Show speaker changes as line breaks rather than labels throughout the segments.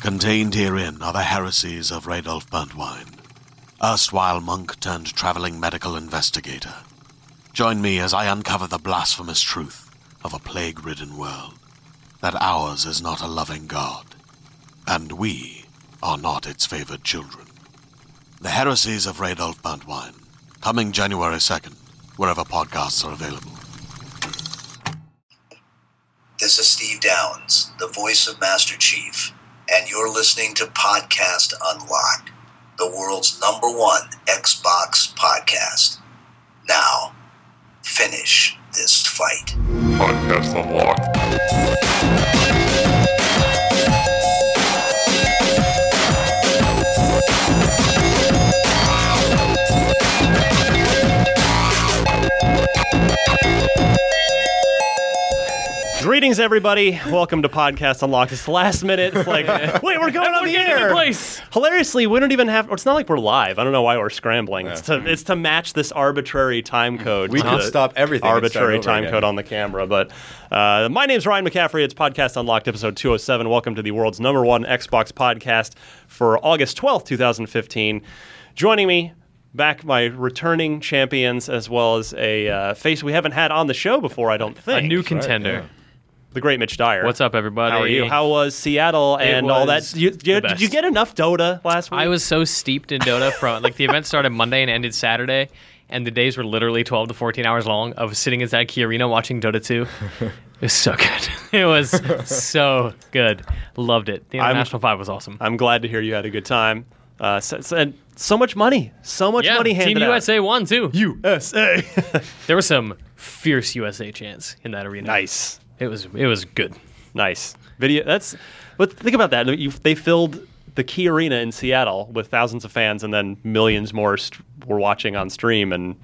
Contained herein are the heresies of Radolf Burntwine, erstwhile monk turned traveling medical investigator. Join me as I uncover the blasphemous truth of a plague ridden world that ours is not a loving God, and we are not its favored children. The heresies of Radolf Burntwine, coming January 2nd, wherever podcasts are available.
This is Steve Downs, the voice of Master Chief, and you're listening to Podcast Unlocked, the world's number one Xbox podcast. Now, finish this fight.
Podcast Unlocked.
Greetings, everybody. Welcome to Podcast Unlocked. It's last minute. It's like, wait, we're going on the air. Hilariously, we don't even have. It's not like we're live. I don't know why we're scrambling. It's to it's to match this arbitrary time code.
Mm-hmm. We
to
can
the
stop everything and start
Arbitrary
over
time
again.
code on the camera. But uh, my name's Ryan McCaffrey. It's Podcast Unlocked, episode 207. Welcome to the world's number one Xbox podcast for August 12th, 2015. Joining me. Back my returning champions, as well as a uh, face we haven't had on the show before, I don't think.
A new contender.
the great Mitch Dyer.
What's up, everybody?
How are you? How was Seattle and all that?
was
You, you-
the
did
best.
you get enough Dota last week?
I was so steeped in Dota from like the event started Monday and ended Saturday, and the days were literally 12 to 14 hours long of sitting inside Key Arena watching Dota 2. It was so good. It was so good. Loved it. The
I'm- uh,
International 5 was awesome.
I'm glad to hear you had a good time. Uh, so, so- and so much money, so much
yeah,
money handed
Team
out.
USA won too.
USA.
There was some fierce USA chants in that arena.
nice,
It was it was good.
nice video. That's. But think about that. You, they filled the Key Arena in Seattle with thousands of fans, and then millions more st- were watching on stream, and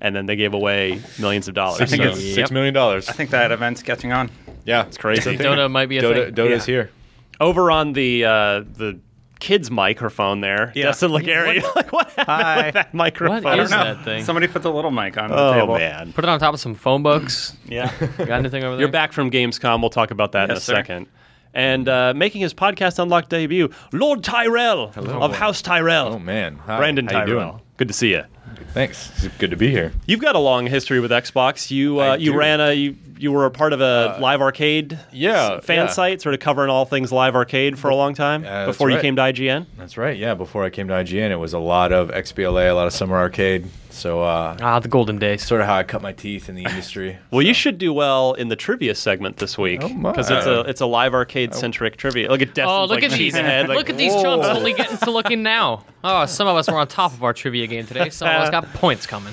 and then they gave away millions of dollars.
I think
So-
it's six million dollars.
I think that event's catching on.
Yeah, it's
crazy.
Dota might be a
Dota,
thing.
Dota's here.
over on the uh, the kids' microphone there,
Yeah.
Justin Legary. like, what happened
Hi.
with that microphone?
What is
No,
that thing?
Somebody put the little mic on
Oh
the table.
man,
Put it on top of some phone books.
yeah.
Got anything over there?
You're back from Gamescom. We'll talk about that in a
Yes, sir.
second. And uh, making his podcast unlocked debut, Lord Tyrell of House Tyrell.
Oh man, Hi.
Brandon
How you
Tyrell.
doing?
Good to see you.
Thanks. It's good to be here.
You've got a long history with Xbox. You uh,
I
you
do. Uh,
ran a you, you were a part of a live arcade
yeah,
s-
yeah.
fan site, sort of covering all things live arcade for a long time
that's
before you
right.
came to IGN.
That's right. Yeah, before I came to IGN, it was a lot of XBLA, a lot of Summer Arcade. So uh,
Ah, the golden days.
sort of how I cut my teeth in the industry.
Well, you should do well in the trivia segment this week
Oh, my.
because it's a it's a live arcade centric trivia. Look at Destin's
Oh, look
like,
at these!
head, like,
look at these chumps only getting to looking now. Oh, some of us were on top of our trivia game today. Some
Uh,
of us got points coming.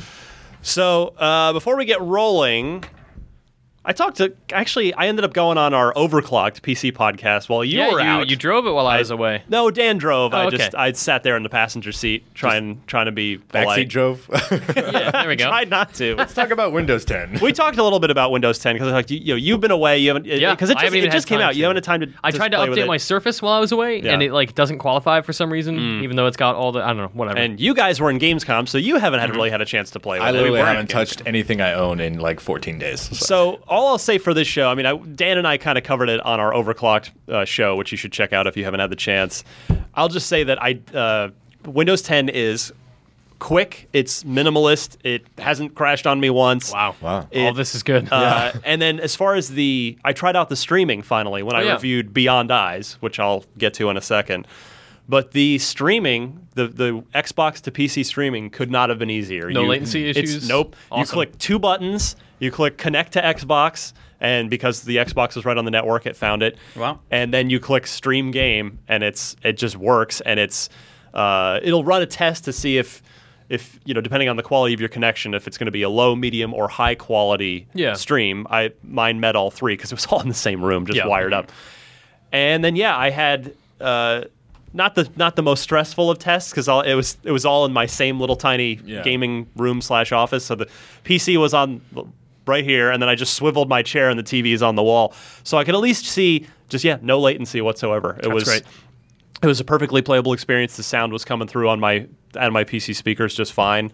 So uh, before we get rolling, I talked to actually I ended up going on our overclocked PC podcast while you
yeah,
were
you,
out.
you drove it while I, was away.
no, Dan drove. I
Oh, okay.
just I sat there in the passenger seat trying trying to be polite.
Backseat drove.
Yeah, there we go.
Tried not to.
Let's talk about Windows 10.
we talked a little bit about Windows 10 because like you, you know you've been away. You haven't
Yeah,
because it
I
just,
haven't
it
even
just
had
came
time
out. You
to.
haven't had time to.
I
just
tried to
play with
update
it.
my Surface while I was away,
Yeah. Mm.
and it like doesn't qualify for some reason, even though it's got all the I don't know whatever.
And you guys were in Gamescom, so you haven't had
Mm-hmm.
really had a chance to play with
I
it. We
literally
were at
haven't
Gamescom.
touched anything I own in like 14 days. So.
So all I'll say for this show, I mean, I, Dan and I kind of covered it on our overclocked uh, show, which you should check out if you haven't had the chance. I'll just say that I uh, Windows 10 is quick, it's minimalist, it hasn't crashed on me once.
wow,
Wow.
all
It-
this is good.
Uh, And then as far as the, I tried out the streaming finally when I
Oh, yeah.
reviewed Beyond Eyes, which I'll get to in a second. But the streaming, the, the Xbox to PC streaming could not have been easier.
No latency
it's-
issues?
Nope. You
Awesome.
click two buttons, you click connect to Xbox, and because the Xbox was right on the network, it found it.
Wow.
And then you click stream game, and it's it just works, and it's uh, it'll run a test to see if if you know depending on the quality of your connection, if it's going to be a low, medium, or high quality
Yeah.
stream. I mine met all three because it was all in the same room, just
Yeah.
wired up. And then yeah, I had uh, not the not the most stressful of tests because it was it was all in my same little tiny
Yeah.
gaming room slash office. So the PC was on l- right here, and then I just swiveled my chair, and the TV is on the wall, so I could at least see just yeah, no latency whatsoever. It was
great.
it was a perfectly playable experience. The sound was coming through on my on my PC speakers just fine,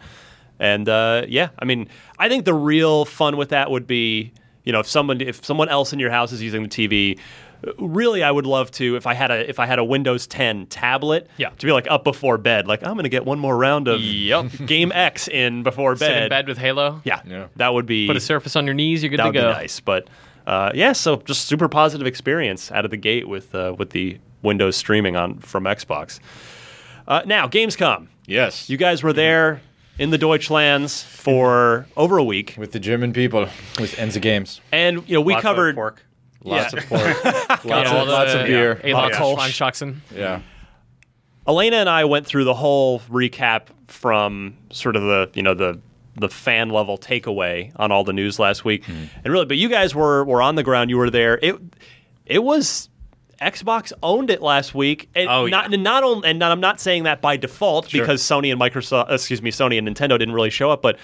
and uh, yeah, I mean, I think the real fun with that would be you know if someone if someone else in your house is using the TV. Really, I would love to if I had a if I had a Windows 10 tablet
Yeah.
to be like up before bed, like I'm gonna get one more round of
Yep.
Game X in before bed.
Sit in bed with Halo.
Yeah,
Yeah.
that would be
Put a surface on your knees. You're good
that
to
would be
go.
nice. But uh, yeah, so just super positive experience out of the gate with uh, with the Windows streaming on from Xbox. Uh, now Gamescom,
Yes.
you guys were there in the Deutschlands for over a week,
with the German people, with Enza Games.
and you know we
Lots of
covered
pork.
Lots
Yeah.
of pork. lots,
All
of,
the-
lots of beer.
Yeah.
Lots
Lots
of-
of Schweinshaxen.
yeah.
Elena and I went through the whole recap from sort of the you know the the fan level takeaway on all the news last week, and really, but you guys were were on the ground. You were there. It it was Xbox owned it last week, and
Oh,
not
yeah.
and not only and I'm not saying that by default because Sony and Microsoft, uh, excuse me, Sony and Nintendo didn't really show up, but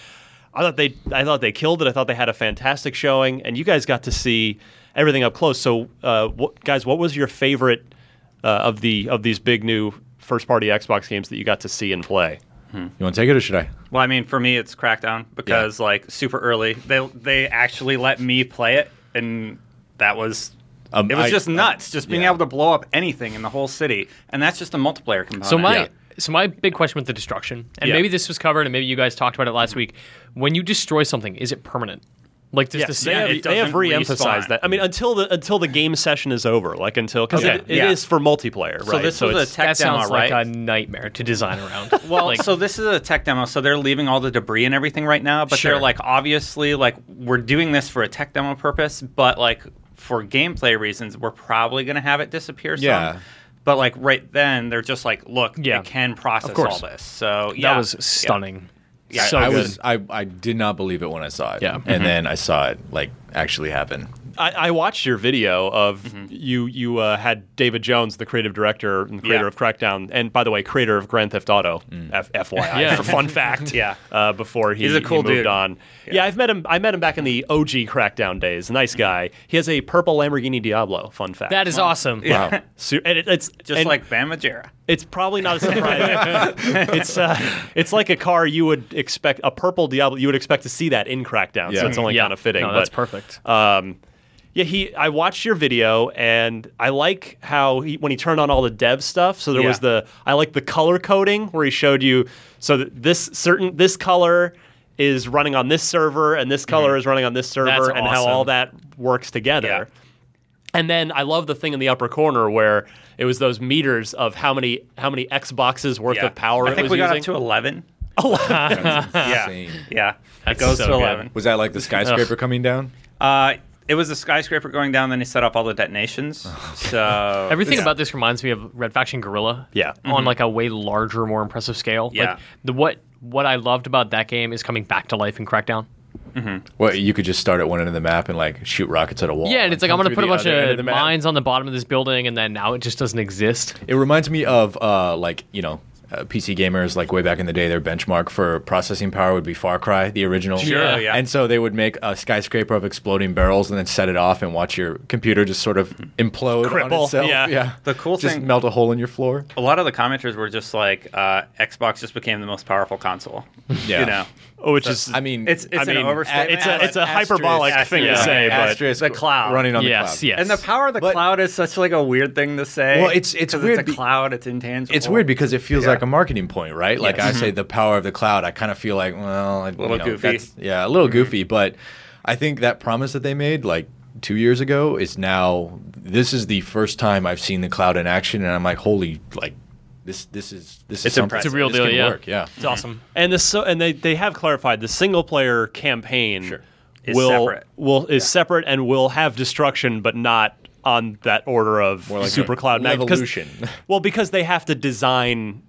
I thought they I thought they killed it. I thought they had a fantastic showing, and you guys got to see everything up close. So, uh, what, guys, what was your favorite uh, of the of these big new first party Xbox games that you got to see and play?
You want to take it or should I?
Well, I mean, for me, it's Crackdown because like super early, they they actually let me play it, and that was.
Um,
it was
I-
just nuts, just being
yeah.
able to blow up anything in the whole city, and that's just the multiplayer component.
So my
Yeah.
so my big question with the destruction, and
Yeah.
maybe this was covered, and maybe you guys talked about it last week. When you destroy something, is it permanent? Like does the
they
city?
have,
it
they have
doesn't
re-emphasized
respawn.
that. I mean, until the until the game session is over, like until because
Okay.
it, it
Yeah.
is for multiplayer, right?
so this was
it's-
a tech
that
demo,
sounds
right?
like a nightmare to design around.
Well,
like,
so this is a tech demo, so they're leaving all the debris and everything right now, but
Sure.
they're like obviously like we're doing this for a tech demo purpose, but like for gameplay reasons, we're probably gonna have it disappear some.
Yeah.
But like right then, they're just like, look,
Yeah.
it can process
Of course.
all this. So yeah,
that was stunning.
Yeah,
so
I
good.
was I, I did not believe it when I saw it.
Yeah.
And then I saw it like actually happen.
I, I watched your video of
Mm-hmm.
you. You uh, had David Jones, the creative director and creator
Yeah.
of Crackdown, and by the way, creator of Grand Theft Auto.
Mm.
F- FYI,
Yeah.
for fun fact.
Yeah.
Uh, before he,
He's a cool
he moved
dude.
on. Yeah. I've met him. I met him back in the OG Crackdown days.
Mm-hmm.
Nice guy. He has a purple Lamborghini Diablo. Fun fact.
that is awesome.
Wow.
So, and it, it's
just
and
like Bam Majera.
it's probably not a surprise. it's uh, it's like a car you would expect a purple Diablo. You would expect to see that in Crackdown. So
Yeah.
it's only
Yeah.
kind of fitting.
No, that's
but-
perfect.
um, yeah, he. I watched your video, and I like how he when he turned on all the dev stuff. So there
Yeah.
was the I like the color coding where he showed you so that this certain this color is running on this server and
Mm-hmm.
this color is running on this server
That's
and how
awesome.
all that works together.
Yeah.
And then I love the thing in the upper corner where it was those meters of how many how many Xboxes worth
Yeah.
of power
I
it
think
was
we got
using.
up to eleven.
Yeah.
Yeah,
Oh. That's
it goes
so
to
good.
eleven.
Was that like the skyscraper coming down?
Uh, it was a skyscraper going down. Then he set off all the detonations. So
Everything about this reminds me of Red Faction Gorilla.
Yeah.
On like a way larger, more impressive scale.
Yeah.
Like the what what I loved about that game is coming back to life in Crackdown.
Well, you could just start at one end of the map and like shoot rockets at a wall.
Yeah, and it's like I'm
come through
gonna put a
the
bunch
other end
of,
the map.
mines on the bottom of this building, and then now it just doesn't exist.
It reminds me of uh, like you know. Uh, PC gamers, like way back in the day, their benchmark for processing power would be Far Cry, the original.
Sure, Yeah.
yeah.
And so they would make a skyscraper of exploding barrels and then set it off and watch your computer just sort of implode on
Cripple,
itself.
yeah.
The cool
just
thing-
melt a hole in your floor.
a lot of the commenters were just like, uh, Xbox just became the most powerful console.
Yeah.
You know,
Oh, which is
I mean,
it's it's
I mean,
an overstatement.
it's a it's a
but-
hyperbolic
asterisk.
thing to
Yeah.
say, but
asterisk,
the cloud.
running on
yes,
the cloud.
yes.
and the power of the
But-
cloud is such like a weird thing to say.
Well, it's- it's
'cause
weird
It's
be-
a cloud. It's intangible.
It's weird because it feels
Yeah.
like a marketing point, right? Like
Mm-hmm.
I say, the power of the cloud. I kind of feel like, well, I,
Little goofy.
yeah, a little goofy. But I think that promise that they made, like two years ago, is now. This is the first time I've seen the cloud in action, and I'm like, holy, like this this is this
It's
is something.
impressive. It's
a real
This
deal,
can
yeah.
Work. Yeah.
It's awesome.
And this so and they, they have clarified the single player campaign
Sure.
Is
will
separate.
will is separate and will have destruction but not on that order of
like
Super
a
Cloud Mag- 'cause-
revolution.
Well, because they have to design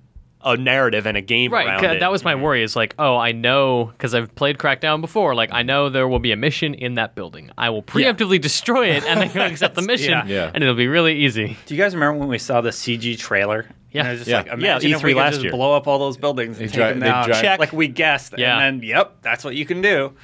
a narrative and a game
Right,
around
'cause
it.
that was
Mm-hmm.
my worry. Is like, oh, I know because I've played Crackdown before. Like, I know there will be a mission in that building. I will preemptively destroy it and then go accept the mission,
yeah.
Yeah.
and it'll be really easy.
Do you guys remember when we saw the CG trailer?
Yeah.
and it was just
Yeah.
like imagine
Yeah,
if we
E3
could
last
just
year.
blow up all those buildings and
They
take
dri-
them
they
down.
dri- Check.
Like we guessed,
Yeah.
and then yep, that's what you can do.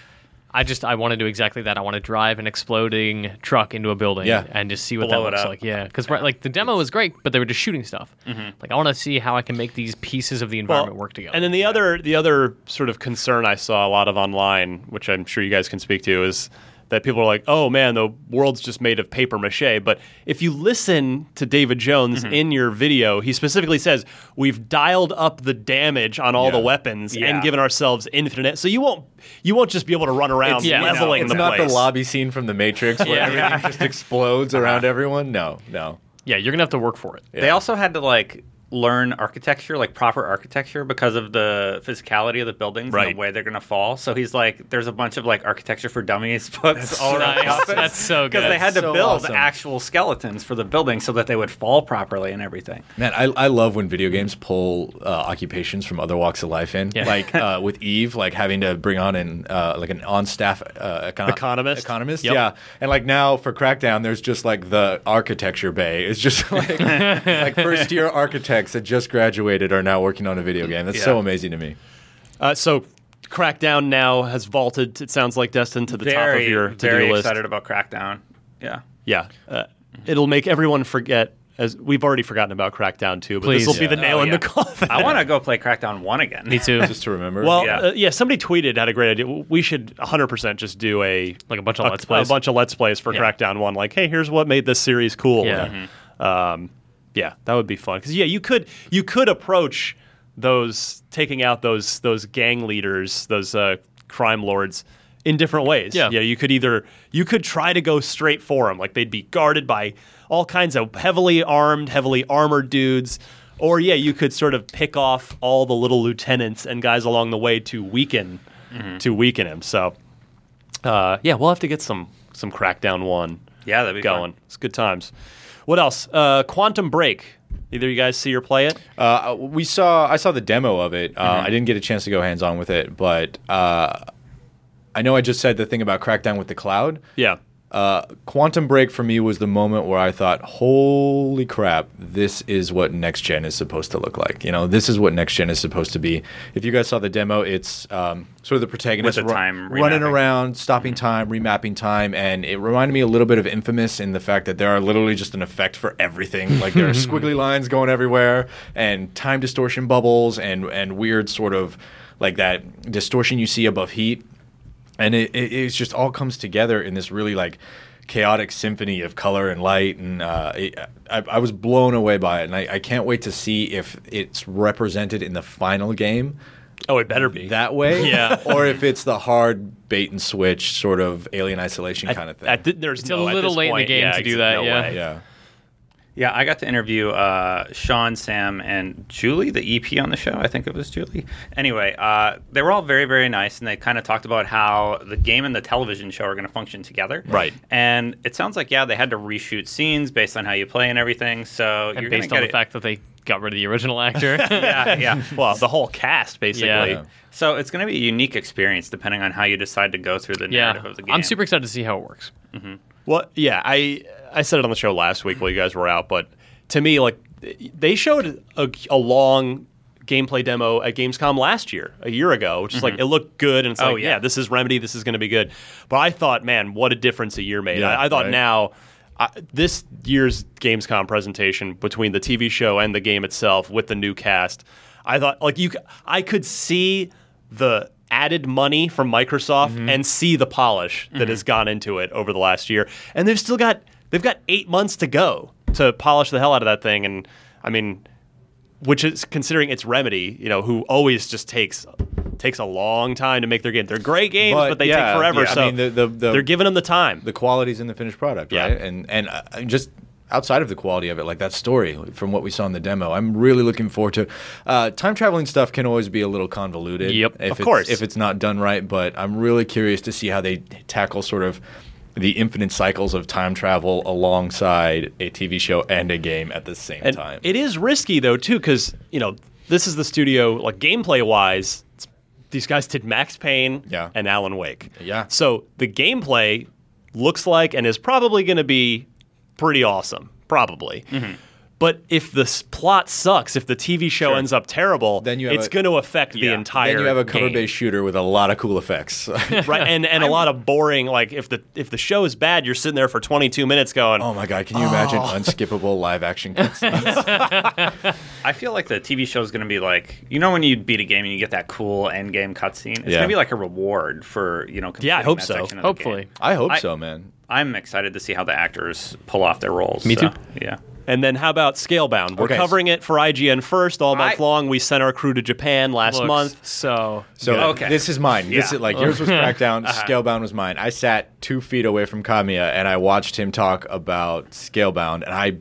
I just I want to do exactly that. I want to drive an exploding truck into a building
Yeah.
and just see what
Blow
that
it
looks
up.
like. Yeah, because like the demo was great, but they were just shooting stuff.
Mm-hmm.
Like I want to see how I can make these pieces of the
Well,
environment work together.
And then the other the other sort of concern I saw a lot of online, which I'm sure you guys can speak to, is that people are like, "Oh man, the world's just made of paper mache." But if you listen to David Jones in your video, he specifically says, "We've dialed up the damage on all the
Yeah.
weapons
Yeah.
and given ourselves infinite." e-" So you won't you won't just be able to run around
It's- yeah, no.
leveling
It's
the
not
place.
the lobby scene from The Matrix where
Yeah.
everything just explodes
Uh-huh.
around everyone. No, no.
yeah, you're gonna have to work for it.
Yeah.
They also had to like learn architecture, like proper architecture, because of the physicality of the buildings
Right.
and the way they're gonna fall. So he's like, there's a bunch of like architecture for dummies books all around the
nice.
office.
That's so good.
Because they had to
So
build
awesome.
actual skeletons for the building so that they would fall properly and everything.
Man, I, I love when video games pull uh, occupations from other walks of life in.
Yeah.
Like uh, with Eve, like having to bring on an uh, like an on staff uh, econ-
Economist.
Economist,
Yep.
yeah. And like now for Crackdown, there's just like the architecture bay. It's just like like first year architects that just graduated are now working on a video game. That's so
Yeah.
amazing to me.
Uh, so Crackdown now has vaulted. It sounds like Destin to the top
very,
of your to
very
do list.
excited about Crackdown. Yeah.
Yeah, uh, it'll make everyone forget. As we've already forgotten about Crackdown too, but
Please.
this will be the
Yeah.
nail
Oh,
in
yeah.
the coffin.
I want to go play Crackdown 1 again.
Me too.
Just to remember.
Well,
Yeah.
yeah. Uh, yeah, somebody tweeted had a great idea. We should 100% just do a
Like a bunch of Let's
a
Plays?
bunch of let's plays for
Yeah.
Crackdown 1 like, "Hey, here's what made this series cool."
Yeah. Mm-hmm.
Um, yeah, that would be fun cuz yeah, you could you could approach those taking out those those gang leaders, those uh, crime lords in different ways.
Yeah.
you could either you could try to go straight for them, like they'd be guarded by all kinds of heavily armed, heavily armored dudes. Or yeah, you could sort of pick off all the little lieutenants and guys along the way to weaken to weaken him. So uh, yeah, we'll have to get some some Crackdown one.
Yeah, that'd be
going.
fun.
It's good times. What else? Uh, Quantum Break. Either you guys see or play it?
Uh, we saw. I saw the demo of it. Uh, I didn't get a chance to go hands on with it, but uh, I know I just said the thing about Crackdown with the cloud.
yeah.
Uh, Quantum Break for me was the moment where I thought, "Holy crap! This is what next gen is supposed to look like." You know, this is what next gen is supposed to be. If you guys saw the demo, it's um, sort of the protagonist
With the time
running
remapping. Mm-hmm.
around, stopping time, remapping time, and it reminded me a little bit of Infamous in the fact that there are literally just an effect for everything. Like there are squiggly lines going everywhere, and time distortion bubbles, and and weird sort of like that distortion you see above heat and it, it it's just all comes together in this really like chaotic symphony of color and light and uh, it, I, I was blown away by it and I, I can't wait to see if it's represented in the final game
Oh, it better be.
that way
Yeah.
or if it's the hard bait and switch sort of alien isolation kind of thing
At thi- there's
It's a
no, at
little
this
late in the
point,
game
yeah,
to do
ex-
that,
no
yeah.
way.
yeah
Yeah, I got to interview uh, Sean, Sam, and Julie, the EP on the show. I think it was Julie. Anyway, uh, they were all very, very nice, and they kind of talked about how the game and the television show are going to function together.
Right.
And it sounds like, yeah, they had to reshoot scenes based on how you play and everything. So
and
you're gonna
based on
get
the
it-
fact that they got rid of the original actor,
yeah, yeah.
Well, the whole cast basically.
Yeah.
So it's going to be a unique experience depending on how you decide to go through the narrative
yeah,
of the game.
I'm super excited to see how it works.
Well, yeah, I I said it on the show last week while you guys were out, but to me, like they showed a, a long gameplay demo at Gamescom last year, a year ago, which is
Mm-hmm.
like it looked good, and it's
Oh,
like,
yeah.
yeah. this is Remedy, this is going to be good. But I thought, man, what a difference a year made.
Yeah,
I, I thought
right.
now. I, this year's Gamescom presentation between the TV show and the game itself with the new cast, I thought like you, c- I could see the added money from Microsoft
Mm-hmm.
and see the polish that has gone into it over the last year, and they've still got they've got eight months to go to polish the hell out of that thing, and I mean, which is considering it's Remedy, you know, who always just takes takes a long time to make their game. They're great games,
But,
but, they
yeah,
take forever.
yeah, I
so
mean, the- the- the-
they're giving them the time.
the qualities in the finished product
Yeah.
right and and uh, just outside of the quality of it, like that story from what we saw in the demo. I'm really looking forward to. Uh, time traveling stuff can always be a little convoluted.
Yep,
if it's-
of
course.
If it's not done right, but I'm really curious to see how they tackle sort of the infinite cycles of time travel alongside a TV show and a game at the same
And
time.
it is risky though too, because you know this is the studio like gameplay wise. it's- These guys did Max Payne
Yeah.
and Alan Wake.
Yeah.
So the gameplay looks like and is probably going to be pretty awesome, probably.
Mm-hmm.
But if the s- plot sucks, if the TV show ends up terrible,
Then you have
it's
a-
going to affect the entire.
then you have a
game.
cover-based shooter with a lot of cool effects.
right? And and a lot of boring. Like if the if the show is bad, you're sitting there for 22 minutes going,
oh my god, can you imagine unskippable live-action cutscenes?
I feel like the TV show is going to be like you know when you beat a game and you get that cool end game cutscene. It's
Yeah.
going to be like a reward for you know.
Yeah, I
completing
hope
that
so.
section of the
Hopefully.
game.
I hope
I-
so, man.
I'm excited to see how the actors pull off their roles.
Me
so,
too.
Yeah.
And then how about Scalebound? We're
Okay.
covering it for IGN first all month
I-
long. We sent our crew to Japan last
Looks
month.
So
So
Okay.
this is mine. This
Yeah. Uh-huh.
is like yours was Crackdown, Scalebound was mine. I sat two feet away from Kamiya and I watched him talk about Scalebound, and I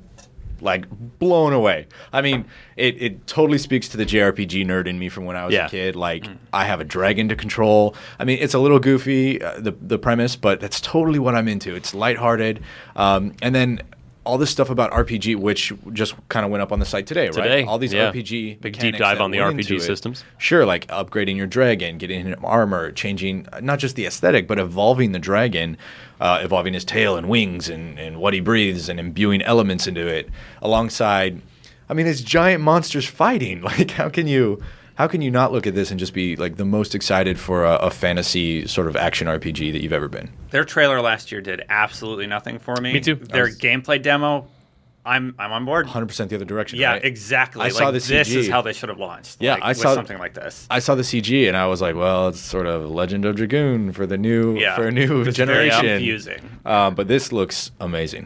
like blown away. I mean, it, it totally speaks to the JRPG nerd in me from when I was
Yeah.
a kid. Like
Mm.
I have a dragon to control. I mean, it's a little goofy uh, the the premise, but that's totally what I'm into. It's lighthearted, um, and then. All this stuff about RPG, which just kind of went up on the site today,
Today,
right? All these
yeah.
RPG
Big deep
mechanics
dive
that
on the
went
RPG
into it.
systems.
Sure, like upgrading your dragon, getting him armor, changing uh, not just the aesthetic, but evolving the dragon, uh, evolving his tail and wings and, and what he breathes and imbuing elements into it alongside, I mean, it's giant monsters fighting. Like, how can you. How can you not look at this and just be like the most excited for a, a fantasy sort of action RPG that you've ever been?
Their trailer last year did absolutely nothing for me.
Me too.
Their gameplay demo, I'm I'm on board.
100% the other direction.
Yeah,
right?
exactly.
I
like,
saw the
This is
CG.
how they should have launched.
Yeah,
like,
I
with
saw-
something like this.
I saw the CG and I was like, well, it's sort of Legend of Dragoon for the new
Yeah,
for a new
it's very
generation.
confusing. Mm-hmm.
Uh, but this looks amazing.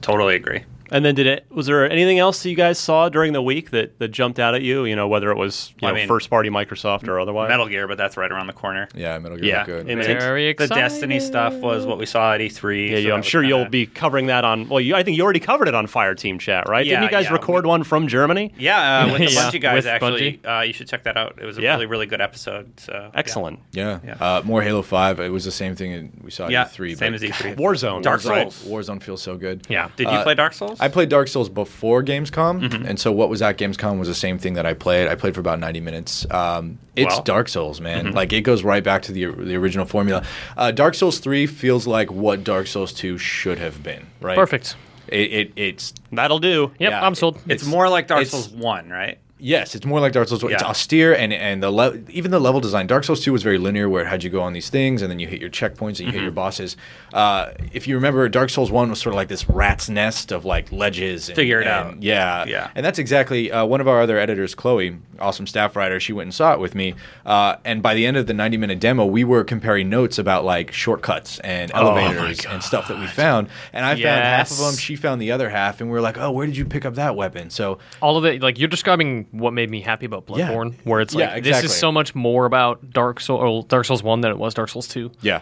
Totally agree.
And then did it? Was there anything else that you guys saw during the week that, that jumped out at you? You know, whether it was you
I
know,
mean,
first party Microsoft or otherwise.
Metal Gear, but that's right around the corner.
Yeah, Metal Gear
Yeah,
looked good.
it made-
very
The
excited.
Destiny stuff was what we saw at E3.
yeah,
so
you-
that
I'm
was
sure
kinda-
you'll be covering that on. Well, you, I think you already covered it on Fire Team Chat, right? Didn't
Yeah,
you guys
yeah,
record
we-
one from Germany?
Yeah, uh, with the
Yeah.
Bungie guys
With
actually. Uh, you should check that out. It was a
Yeah.
really really good episode. So yeah.
Excellent.
Yeah.
Yeah.
Uh, more Halo 5. It was the same thing in- we saw
Yeah,
at
E
E3.
same
but
as E3.
Warzone.
Dark
Warzone.
Souls.
Warzone feels so good.
Yeah.
Did you
Uh,
play Mm-hmm. Dark Souls?
I played Dark Souls before Gamescom, and so what was at Gamescom was the same thing that I played. I played for about ninety minutes. Um, it's
Wow. Mm-hmm.
Dark Souls, man. Like it goes right back to the the original formula. Uh, Dark Souls three feels like what Dark Souls two should have been. Right.
Perfect.
It, it it's
That'll do.
Yep,
Yeah,
I'm sold.
it's more like Dark
it's-
Souls One, right?
Yes, it's more like Dark Souls. It's
Yeah.
austere, and and the le- even the level design. Dark Souls Two was very linear, where it had you go on these things, and then you hit your checkpoints and you
Mm-hmm.
hit your bosses. Uh, if you remember, Dark Souls One was sort of like this rat's nest of like ledges. And,
Figure it
and-
out.
Yeah,
Yeah.
And that's exactly uh, one of our other editors, Chloe, awesome staff writer. She went and saw it with me, uh, and by the end of the ninety minute demo, we were comparing notes about like shortcuts and
Oh
elevators and stuff that we found. And I found half of
Yes.
them. She found the other half, and we were like, "Oh, where did you pick up that weapon?" So
all of it like you're describing what made me happy about
Yeah.
Bloodborne, where it's like
Yeah,
this
exactly.
is so much more about Dark Soul or Dark Souls One than it was Dark Souls Two.
Yeah,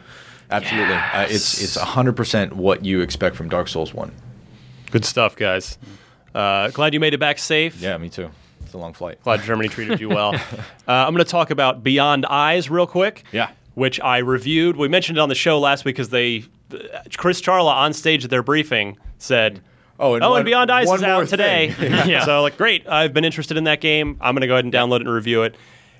absolutely. Uh, it's it's hundred percent what you expect from Dark Souls One.
Good stuff, guys. Uh, glad you made it back safe.
Yeah, me too. It's a long flight.
Glad Germany treated you well. uh, I'm going to talk about Beyond Eyes real quick.
Yeah.
Which I reviewed. We mentioned it on the show last week because they, Chris Charla on stage at their briefing said,
Oh, and one-
Beyond Eyes
one
is
more
out today.
thing.
Yeah.
So, like, great. I've been interested in that game. I'm going to go ahead and download it and review it.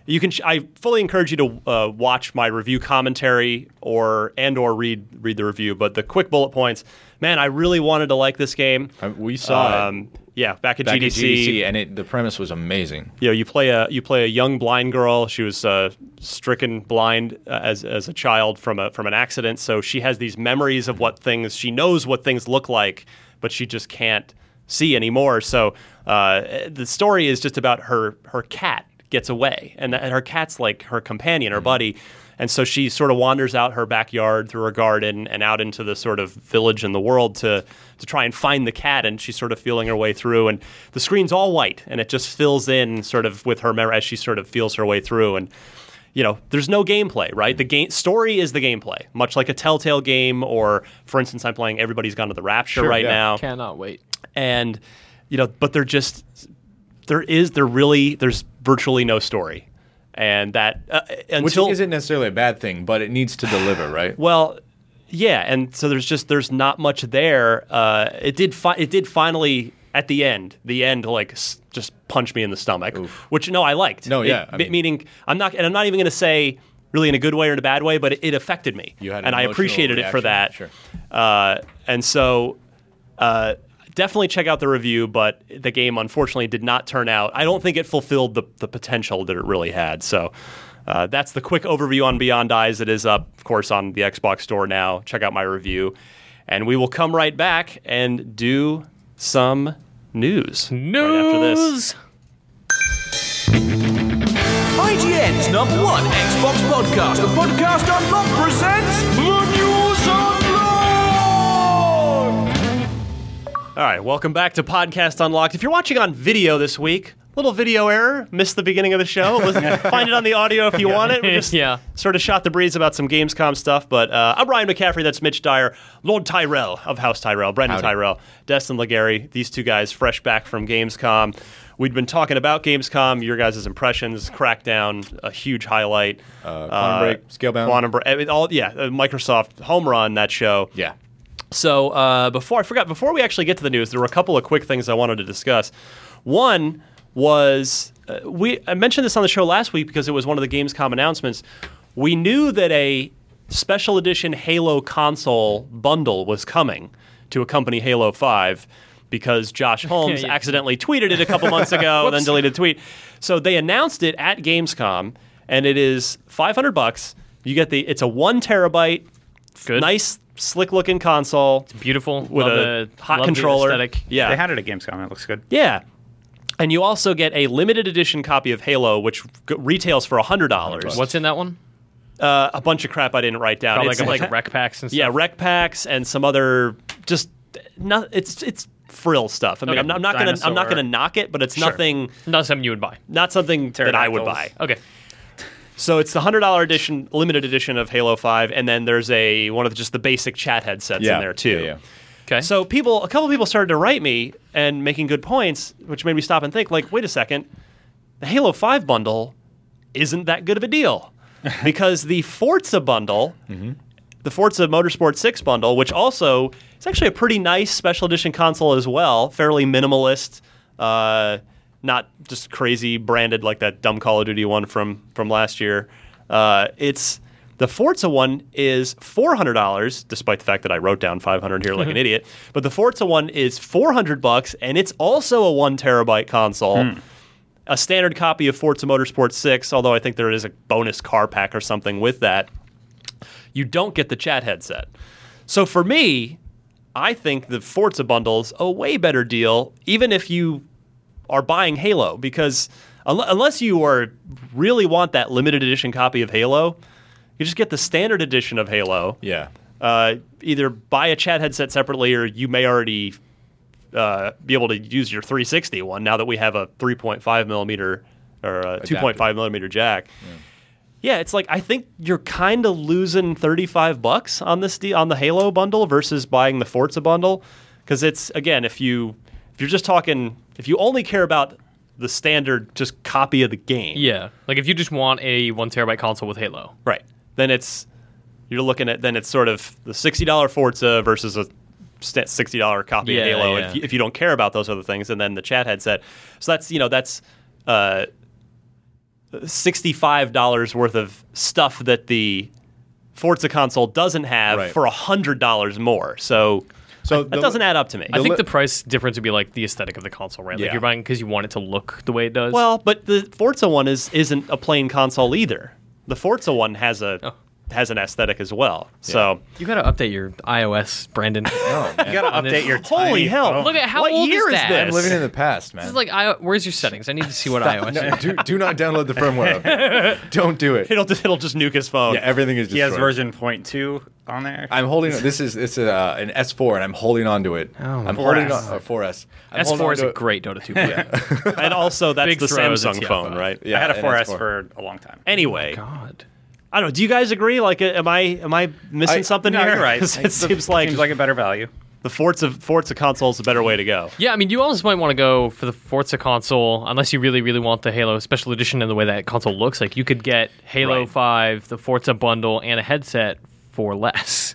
You can. Sh- I fully encourage you to uh, watch my review commentary or and or read read the review. But the quick bullet points, man, I really wanted to like this game. Um,
I- we saw it
Yeah, back at
back at
GDC,
GDC, and it, the premise was amazing.
you know, you play a you play a young blind girl. She was uh, stricken blind uh, as as a child from a from an accident, so she has these memories of what things she knows what things look like, but she just can't see anymore. So uh, the story is just about her her cat gets away, and, that, and her cat's like her companion, her buddy. And so she sort of wanders out her backyard through her garden and out into the sort of village and the world to to try and find the cat. And she's sort of feeling her way through. And the screen's all white, and it just fills in sort of with her memory as she sort of feels her way through. And you know, there's no gameplay, right? The game story is the gameplay, much like a Telltale game, or for instance, I'm playing Everybody's Gone to the Rapture right
yeah.
now,
Cannot wait.
and you know, but they're just there is there really there's virtually no story, and that uh,
Which
until
isn't necessarily a bad thing, but it needs to deliver, right?
well, yeah, and so there's just there's not much there. Uh, it did fi- it did finally at the end, the end like s- just punch me in the stomach, which no, I liked.
No,
It-
yeah, I
me-
mean-
meaning I'm not, and I'm not even going to say really in a good way or in a bad way, but it, it affected me,
You had an
and I
emotional
appreciated it for
reaction,
that.
sure.
Uh, and so. Uh, Definitely check out the review, but the game unfortunately did not turn out. I don't think it fulfilled the, the potential that it really had. So uh, that's the quick overview on Beyond Eyes. It is up, of course, on the Xbox Store now. Check out my review. And we will come right back and do some news.
News.
Right after this.
IGN's number one Xbox podcast, the podcast unlocked presents the news unlocked.
All right, welcome back to Podcast Unlocked. If you're watching on video this week, little video error, missed the beginning of the show. Listen- Find it on the audio if you want it. We just
Yeah.
sort of shot the breeze about some Gamescom stuff. But uh, I'm Ryan McCaffrey. That's Mitch Dyer, Lord Tyrell of House Tyrell, Brendan
Howdy.
Tyrell, Destin Legary. These two guys fresh back from Gamescom. We'd been talking about Gamescom, your guys' impressions, Crackdown, a huge highlight. Uh,
Quantum Break, Scalebound.
Quantum Break, I mean, all, yeah, uh, Microsoft home run that show.
Yeah.
So uh, before I forgot, before we actually get to the news, there were a couple of quick things I wanted to discuss. One was uh, we I mentioned this on the show last week because it was one of the Gamescom announcements. We knew that a special edition Halo console bundle was coming to accompany Halo Five because Josh Holmes
yeah.
accidentally tweeted it a couple months ago and then deleted the tweet. So they announced it at Gamescom, and it is 500 bucks. You get the it's a one terabyte,
Good.
nice, slick looking console
Beautiful.
with
Love
a
the-
hot
love the
controller.
aesthetic.
Yeah,
They had it at Gamescom. It looks good.
yeah. And you also get a limited edition copy of Halo, which g- retails for hundred dollars.
What's in that one?
uh, a bunch of crap I didn't write down?
Probably
It's
like, a bunch of rec packs and stuff.
yeah, rec packs and some other just not. It's it's frill stuff. I mean,
Okay.
I'm not, I'm not gonna I'm not
Dinosaur.
gonna knock it, but it's nothing
Not something you would buy.
not something that I would buy.
Pterodactyls.
Okay.
So it's the hundred dollar edition, limited edition of Halo Five, and then there's a one of just the basic chat headsets
yeah.
in there too.
Yeah, yeah.
Okay.
So people, a couple people started to write me and making good points, which made me stop and think. Like, wait a second, the Halo Five bundle isn't that good of a deal because the Forza bundle, the Forza Motorsport Six bundle, which also it's actually a pretty nice special edition console as well, fairly minimalist, uh, not just crazy branded like that dumb Call of Duty one from from last year. Uh, it's the Forza one is four hundred dollars, despite the fact that I wrote down five hundred here like an idiot. But the Forza one is four hundred bucks, and it's also a one terabyte console. A standard copy of Forza Motorsport 6, although I think there is a bonus car pack or something with that. You don't get the chat headset. So for me, I think the Forza bundle's a way better deal, even if you are buying Halo, because un- unless you are really want that limited edition copy of Halo, you just get the standard edition of Halo.
Yeah.
Uh, either buy a chat headset separately, or you may already uh, be able to use your 360 one now that we have a 3.5 millimeter or a 2.5 millimeter jack. Yeah, it's like I think you're kind of losing 35 bucks on this de- on the Halo bundle versus buying the Forza bundle cuz it's again if you if you're just talking if you only care about the standard just copy of the game.
Yeah. Like if you just want a one terabyte console with Halo.
Right. Then it's you're looking at then it's sort of the $60 Forza versus a st- $60 copy
Yeah,
of Halo
yeah.
if you, if you don't care about those other things and then the chat headset. So that's, you know, that's uh $65 worth of stuff that the Forza console doesn't have
Right.
for $100 more. So,
So
that doesn't add up to me.
I think
li-
the price difference would be like the aesthetic of the console, right? Like
Yeah.
you're buying because you want it to look the way it does. Oh.
well, but the Forza one is isn't a plain console either. The Forza one has a has an aesthetic as well. So
You gotta update your iOS, Brandon.
Oh, man.
You gotta
On this-
update your
holy
tiny
hell!
phone.
Look at how
what
old is
year
that?
this?
I'm
I'm living in the past, man.
This is like, I, where's your settings? I need to see what iOS.
No, do, do not download the firmware. update. Don't do it.
it'll just, it'll just nuke his phone.
Yeah, everything is
He has
destroyed.
version point two on there.
I'm holding. This is it's a, uh, an S4, and I'm holding on to it. Oh, I'm holding
4S.
on uh, 4S. I'm holding
S4 is
onto
a
it-
great Dota 2 player.
and also that's
Big
the
throws at
Samsung
TFI.
phone, right? Oh
Yeah,
I had a
an
4S
S4.
for a long time.
Anyway,
God.
I don't know. Do you guys agree? Like, uh, am I am I missing
I-
something
no,
here?
you're right.
'Cause it seems like,
Seems like a better value.
the Forza Forza console is a better way to go.
Yeah, I mean, you almost might want to go for the Forza console unless you really, really want the Halo Special Edition and the way that console looks. Like, you could get Halo
Right.
5, the Forza bundle, and a headset for less.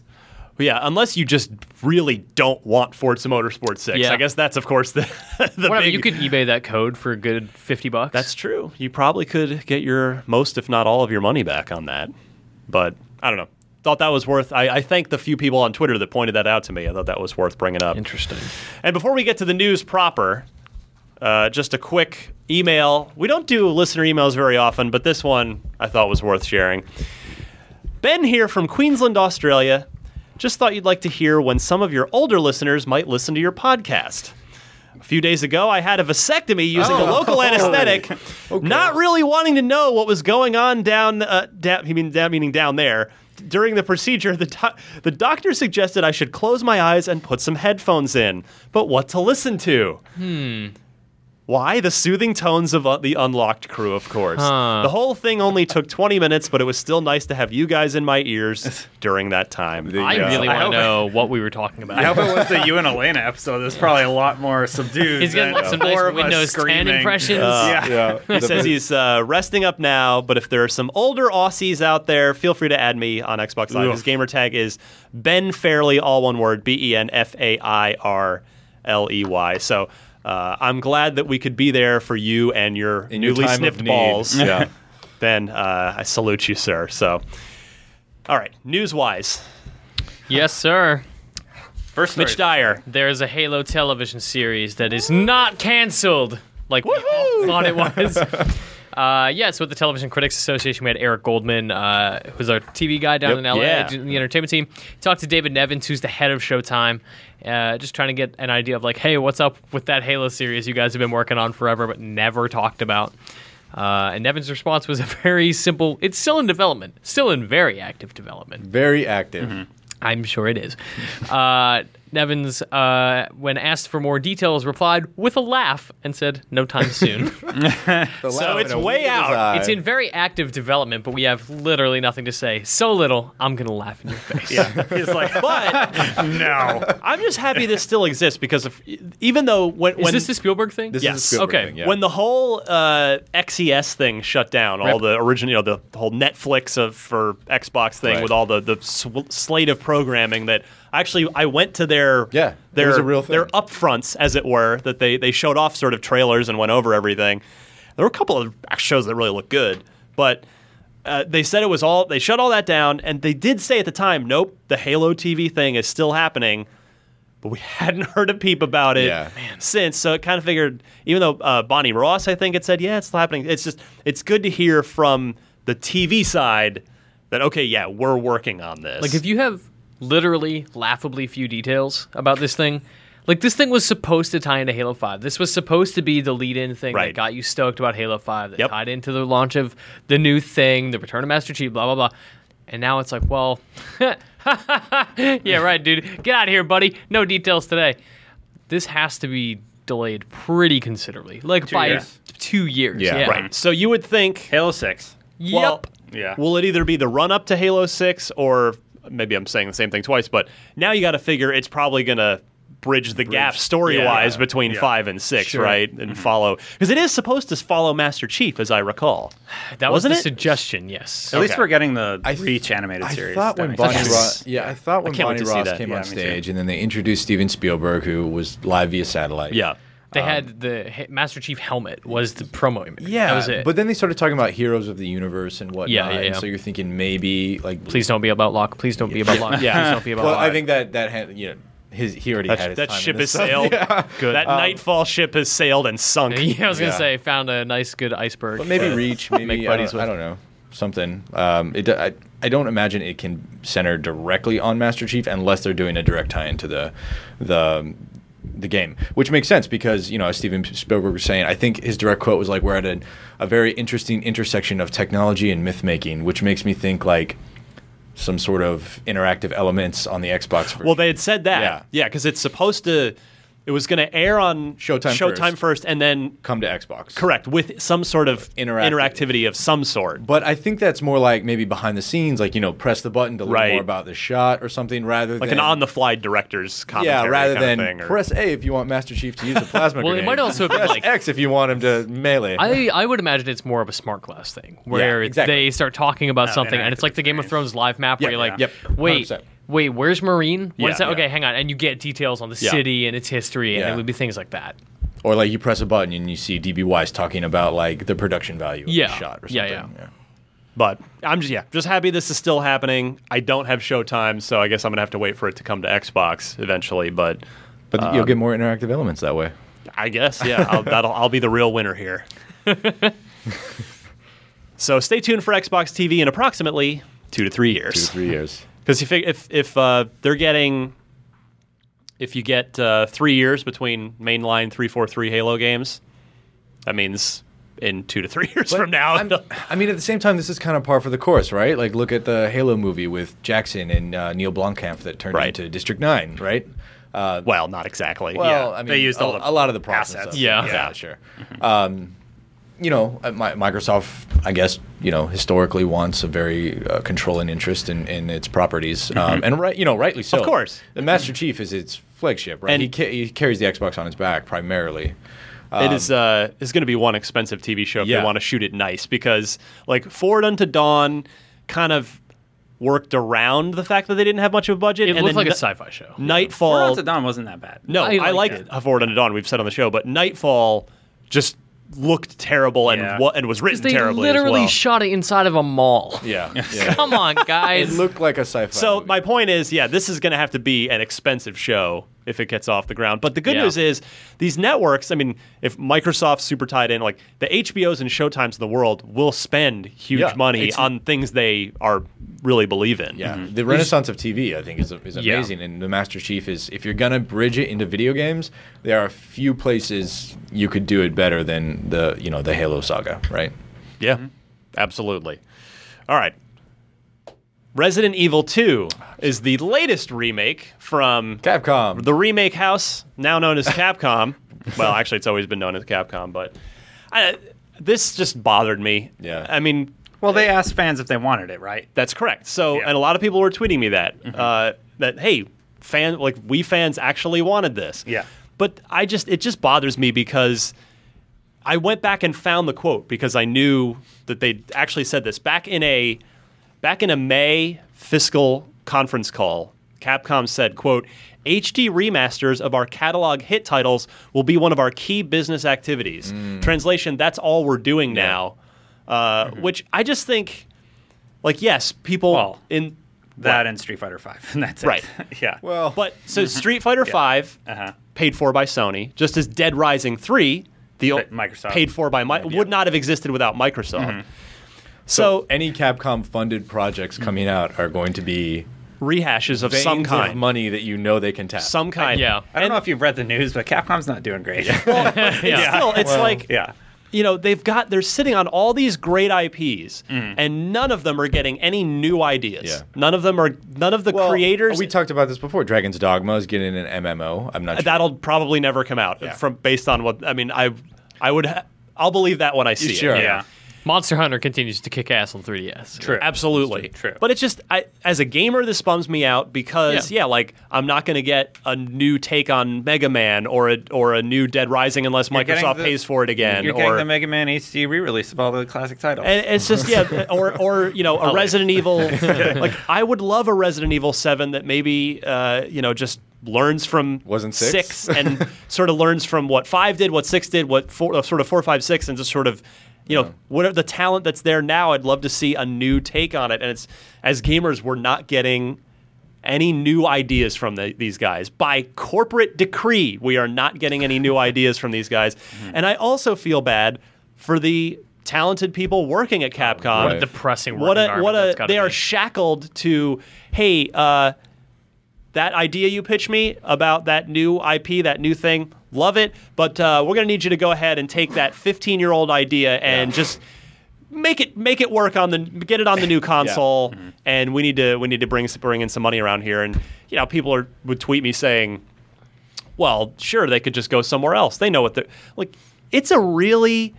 Yeah, unless you just really don't want Forza Motorsport Six.
Yeah.
I guess that's of course the the
Whatever,
big.
you could eBay that code for a good 50 bucks.
That's true. You probably could get your most, if not all, of your money back on that. But I don't know. Thought that was worth. I, I thank the few people on Twitter that pointed that out to me. I thought that was worth bringing up.
interesting.
And before we get to the news proper, uh, just a quick email. We don't do listener emails very often, but this one I thought was worth sharing. Ben here from Queensland, Australia. Just thought you'd like to hear when some of your older listeners might listen to your podcast. A few days ago, I had a vasectomy using a local anesthetic, not really wanting to know what was going on down, uh, down, he mean, down meaning down there. During the procedure, the, doc the doctor suggested I should close my eyes and put some headphones in, but what to listen to? Why? The soothing tones of uh, the Unlocked crew, of course. The whole thing only took 20 minutes, but it was still nice to have you guys in my ears during that time.
I
Yeah.
really
I
want to
hope-
know what we were talking about.
I hope it was the you and Elena episode. It's probably a lot more subdued.
He's getting
than
like some
four
nice
of us
Windows 10
screaming.
impressions.
Uh,
yeah.
Yeah.
He says he's uh, resting up now, but if there are some older Aussies out there, feel free to add me on Xbox Live. His gamer tag is Ben Fairley, all one word, B E N F A I R L E Y. So uh, I'm glad that we could be there for you and your
In your
newly
time of
sniffed
need.
balls.
Yeah.
Ben, uh, I salute you, sir. So, all right, news wise,
Yes, sir.
First story.
Mitch Dyer.
There's a Halo television series that is not canceled like we all thought it was. Uh, yeah, so at the Television Critics Association, we had Eric Goldman, uh, who's our TV guy down
Yep,
in LA,
yeah.
in the entertainment team. Talked to David Nevins, who's the head of Showtime, uh, just trying to get an idea of like, hey, what's up with that Halo series you guys have been working on forever but never talked about. Uh, and Nevin's response was a very simple. It's still in development, still in very active development.
Very active.
I'm sure it is. Uh, Nevins, uh, when asked for more details, replied with a laugh and said, "No time soon."
The
So
laugh
Oh, it's
and a
way
wink of his
out.
eye.
it's in very active development, but we have literally nothing to say. So little, I'm gonna laugh in your face.
He's like,
But
no.
I'm just happy this still exists because if, even though when,
Is
when
this the Spielberg thing?
This
Yes.
is a Spielberg
Okay.
thing, yeah.
When the whole uh, XES thing shut down, all
Rip.
the original, you know, the, whole Netflix of for Xbox thing
Right.
with all the the sw- slate of programming that actually I went to their
Yeah, it
their
was a real thing.
their upfronts as it were that they they showed off sort of trailers and went over everything. There were a couple of shows that really looked good, but. Uh, they said it was all they shut all that down and they did say at the time nope the halo tv thing is still happening but we hadn't heard a peep about it
Yeah. Man.
since so it kind of figured even though uh, bonnie ross i think had said yeah it's still happening it's just it's good to hear from the tv side that okay yeah we're working on this
Like if you have literally laughably few details about this thing, like this thing was supposed to tie into Halo 5. This was supposed to be the lead-in thing
Right.
that got you stoked about Halo 5 that
Yep.
tied into the launch of the new thing, the return of Master Chief, blah blah blah. And now it's like, well, yeah, right, dude. Get out of here, buddy. No details today. This has to be delayed pretty considerably. Like by
years.
2 years. Yeah.
Yeah.
right Um, so you would think
Halo 6.
Yep.
Well,
Yeah.
Will it either be the run up to Halo 6 or maybe I'm saying the same thing twice, but now you got to figure it's probably going to bridge the gap story wise
Yeah.
between
Yeah.
5 and 6,
Sure.
right? And follow. Because it is supposed to follow Master Chief, as I recall.
that
Wasn't
was
it?
the suggestion, yes.
At least
Okay.
we're getting the
I th-
Reach animated
I
series.
thought
That
when
makes
Bonnie
sense.
Ross, yeah, I thought when
can't wait
Bonnie
to see
Ross
that.
came
Yeah,
on
me too.
stage, and then they introduced Steven Spielberg, who was live via satellite.
Yeah.
They
Um,
had the he- Master Chief helmet was the promo image.
Yeah,
that was it.
but then they started talking about heroes of the universe and whatnot.
Yeah, yeah,
and
yeah.
so you're thinking maybe like
please don't be about Locke. Please don't be about Locke. Yeah, please don't be about
Well,
Locke.
I think that that had, you know his he already had
That,
his
that
time in
ship
this
has
stuff.
sailed. Um,
Good.
That Nightfall ship has sailed and sunk.
yeah, I was gonna
Yeah.
say found a nice good iceberg.
But maybe Reach, maybe
Make
I,
buddies
don't, I
with.
don't know. something. Um, it, I, I don't imagine it can center directly on Master Chief unless they're doing a direct tie into the the the game, which makes sense because you know as Steven Spielberg was saying, I think his direct quote was like, "We're at a, a very interesting intersection of technology and myth making," which makes me think like some sort of interactive elements on the Xbox. Version.
Well, they had said that.
Yeah.
Yeah, because it's supposed to. It was going to air on
Showtime
Showtime
first.
first, and then
come to Xbox.
correct with some sort of
Interactive.
interactivity of some sort.
But I think that's more like maybe behind the scenes, like you know, press the button to learn
Right.
more about the shot or something, rather
Like
than
an on-the-fly director's commentary.
yeah, rather
kind
than
of thing, or-
press A if you want Master Chief to use the plasma.
Well, it
grenade.
might also have been
press
like-
X if you want him to melee.
I, I would imagine it's more of a smart glass thing where
Yeah, exactly.
they start talking about something and it's
interactive
like the Game of Thrones live map where
Yeah,
you're like,
yeah. Yep,
wait,
100%.
wait, where's Marine? What is
Yeah,
that? Okay, hang on. And you get details on the
Yeah.
city and its history, and
Yeah.
it would be things like that.
or like you press a button and you see DB Wise talking about like the production value of
Yeah.
the shot or something.
Yeah, yeah.
But I'm just yeah, just happy this is still happening. I don't have Showtime, so I guess I'm gonna have to wait for it to come to Xbox eventually. But
But you'll get more interactive elements that way.
I guess yeah, I'll, that'll I'll be the real winner here. so stay tuned for Xbox TV in approximately two to three
Two
years.
three years.
Because if if if uh, they're getting, if you get uh, three years between mainline three four three Halo games, that means in two to three years from now.
I'm- I mean, at the same time, this is kind of par for the course, right? Like, look at the Halo movie with Jackson and uh, Neil Blomkamp that turned
Right.
into District Nine, right? Uh,
well, not exactly.
Well,
yeah.
I mean,
they used
a,
all
a
the
lot of the process.
assets.
stuff.
Yeah.
Yeah.
sure. Um, you know, uh, Mi- Microsoft, I guess, you know, historically wants a very uh, controlling interest in, in its properties, um, and right, you know, rightly so.
Of course.
the Master Chief is its flagship, right?
And-
And he, ca- he carries the Xbox on his back primarily.
It is uh, it's going to be one expensive TV show if
Yeah.
they want to shoot it nice because like Forward Unto Dawn kind of worked around the fact that they didn't have much of a budget.
It
and
looked
then
like a
Ni-
sci-fi show.
Well,
Nightfall.
to Dawn wasn't that
Mm-hmm.
bad.
No,
I
I,
liked
like
it.
Forward Unto Dawn. We've said on the show, but Nightfall just looked terrible and
Yeah.
wa- and was written
They
terribly as
literally
well.
shot it inside of a mall.
Yeah, yeah.
Come on,
it
guys.
looked like a sci-fi.
so
movie.
my point is, yeah, this is going to have to be an expensive show if it gets off the ground. But the good
Yeah.
news is these networks. I mean, if Microsoft's super tied in, like the HBOs and Showtimes of the world will spend huge
Yeah,
money
it's-
on things they are really believe in.
Yeah, the renaissance of TV, I think, is, is
Yeah.
amazing. And the Master Chief is, if you're gonna bridge it into video games, there are a few places you could do it better than the, you know, the Halo saga, right?
yeah,
Mm-hmm.
absolutely. All right. Resident Evil 2 is the latest remake from
Capcom.
the remake house, now known as Capcom. well, actually, it's always been known as Capcom, but I, this just bothered me.
Yeah.
I mean,
Well, they asked fans if they wanted it, right?
that's correct. So,
Yeah. Mm-hmm.
and a lot of people were tweeting me that uh, that hey, fan, like we fans actually wanted this.
Yeah.
But I just it just bothers me because I went back and found the quote because I knew that they actually said this back in a back in a May fiscal conference call. Capcom said, "quote HD remasters of our catalog hit titles will be one of our key business activities."
Mm.
Translation: That's all we're doing now. Uh, Which I just think, like, yes, people
Mm-hmm. Well,
in
That and Street Fighter Five, and that's
Right.
it. yeah.
Well,
but so
Mm-hmm.
Street Fighter Five,
Uh-huh.
paid for by Sony, just as Dead Rising Three, the o-
Microsoft. Mm-hmm.
paid for by Mi- would not have existed without Microsoft. So,
any Capcom-funded projects coming out are going to be
rehashes of
veins
some kind,
of money that you know they can tap.
some kind.
yeah.
I don't know if you've read the news, but Capcom's not doing great.
It's still, it's like
yeah.
you know they've got they're sitting on all these great IPs,
Mm-hmm.
and none of them are getting any new ideas.
Yeah.
None of them are none of the
Well,
creators.
We talked about this before. Dragon's Dogma is getting an MMO. I'm not. Sure.
that'll probably never come out from based on what I mean. I I would ha- I'll believe that when I see
sure?
it.
Yeah.
Monster Hunter continues to kick ass on 3DS.
True.
Absolutely.
True.
But it's just I, as a gamer, this bums me out because yeah.
Yeah.
like I'm not going to get a new take on Mega Man or a or a new Dead Rising unless
getting
Microsoft
the-
pays for it again.
You're getting
or,
the Mega Man HD re-release of all the classic titles.
and it's just yeah, or or you
Oh,
know a Resident Evil. like I would love a Resident Evil Seven that maybe uh, you know just learns from
Wasn't six?
and sort of learns from what five did, what six did, what four, uh, sort of four, five, six, and just sort of you know what are the talent that's there now. I'd love to see a new take on it, and it's as gamers we're not getting. Any new ideas from the, these guys? By corporate decree, we are not getting any new ideas from these guys. And I also feel bad for the talented people working at Capcom.
Right.
Depressing. Work
What a
environment
what
that's
a
gotta
they are
be.
shackled to. Hey, uh, that idea you pitched me about that new IP, that new thing, love it. But uh, we're gonna need you to go ahead and take that 15 year old idea and just make it make it work on the get it on the new console.
Mm-hmm.
And we need to we need to bring bring in some money around here. And you know, people are would tweet me saying, "Well, sure, they could just go somewhere else. They know what they're like." It's a really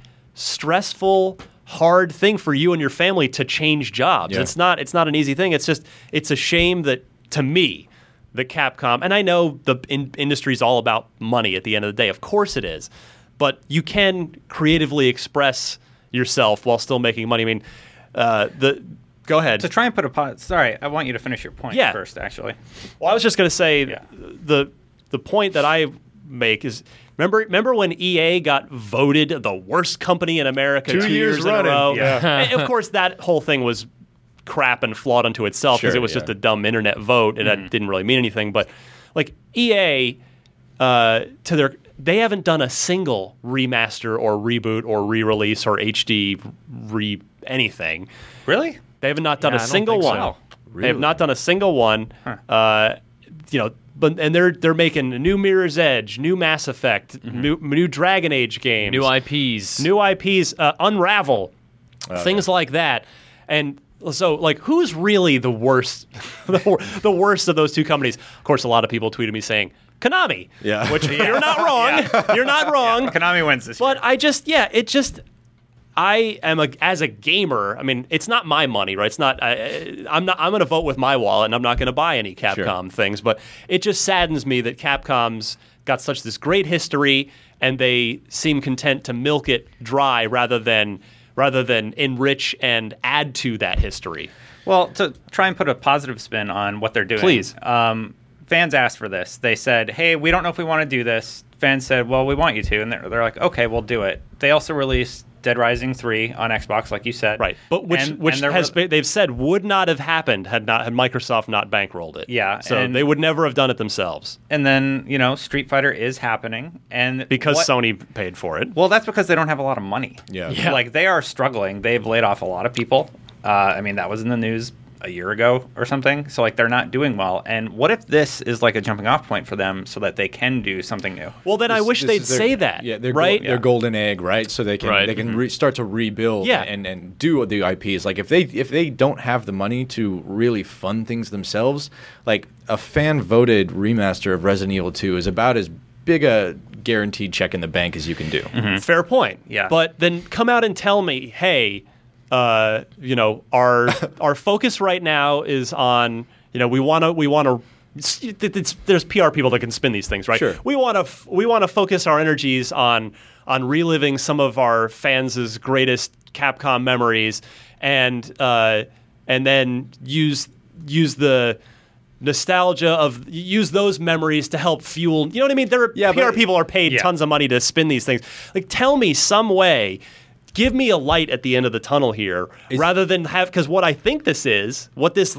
stressful hard thing for you and your family to change jobs.
Yeah.
It's not it's not an easy thing. It's just it's a shame that to me that Capcom and I know the in, industry's all about money at the end of the day. Of course it is. But you can creatively express yourself while still making money. I mean, uh, the go ahead.
To try and put a pot. Sorry, I want you to finish your point
Yeah.
first, actually.
Well, I was just going to say
Yeah.
the the point that I make is remember remember when EA got voted the worst company in America two,
Two years
in a
running,
row.
yeah.
And of course, that whole thing was crap and flawed unto itself because
Sure,
it was
yeah. Mm-hmm.
just a dumb internet vote and that didn't really mean anything. But like EA, uh, to their they haven't done a single remaster or reboot or re-release or HD re anything.
Really?
They have not done
Yeah,
a
I don't
single
think so.
one.
Wow.
They have not done a single one. Uh, you know, but and they're they're making a new Mirror's Edge, new Mass Effect, new new Dragon Age games,
Mm-hmm. new IPs.
new IPs, uh, Unravel,
Oh,
things like that, and. So, like, who's really the worst, the, wor- the worst of those two companies? Of course, a lot of people tweeted me saying Konami,
Yeah.
which you're not wrong. You're not wrong.
Konami wins this.
But I just, yeah, it just. I am a as a gamer. I mean, it's not my money, right? It's not. I, I'm not. I'm going to vote with my wallet, and I'm not going to buy any Capcom things. But it just saddens me that Capcom's got such this great history, and they seem content to milk it dry rather than rather than enrich and add to that history.
Well, to try and put a positive spin on what they're doing,
Please.
Um, fans asked for this. They said, "Hey, we don't know if we want to do this." Fans said, "Well, we want you to," and they're, they're like, "Okay, we'll do it." They also released Dead Rising three on Xbox, like you said,
Right, but which
And-
which
and they're-
has been, they've said would not have happened had not had Microsoft not bankrolled it.
Yeah,
so
and-
they would never have done it themselves
and then you know Street Fighter is happening, and
because
what-
Sony paid for it.
Well, that's because they don't have a lot of money.
Yeah. Yeah.
Like they are struggling. They've laid off a lot of people. Uh, I mean, that was in the news a year ago or something. So like they're not doing well. And what if this is like a jumping off point for them so that they can do something new?
Well, then I
This-
wish
this
they'd
is their-
say that,
Yeah, their,
right? Mm-hmm.
their golden egg, right? So they can
Right.
they can re- start to rebuild
Yeah.
and, and do the IPs. Like if they if they don't have the money to really fund things themselves, like a fan voted remaster of Resident Evil 2 is about as big a guaranteed check in the bank as you can do.
Mm-hmm. Fair point.
Yeah.
But then come out and tell me, hey, uh, you know, our our focus right now is on, you know, we want to we want to. It's, there's PR people that can spin these things, right?
Sure.
We want to f- we want to focus our energies on on reliving some of our fans' greatest Capcom memories, and uh, and then use use the nostalgia of use those memories to help fuel. You know what I mean? There,
Yeah,
PR
but-
people are paid
Yeah.
tons of money to spin these things. Like, tell me some way. Give me a light at the end of the tunnel here, rather than have because what I think this is, what this,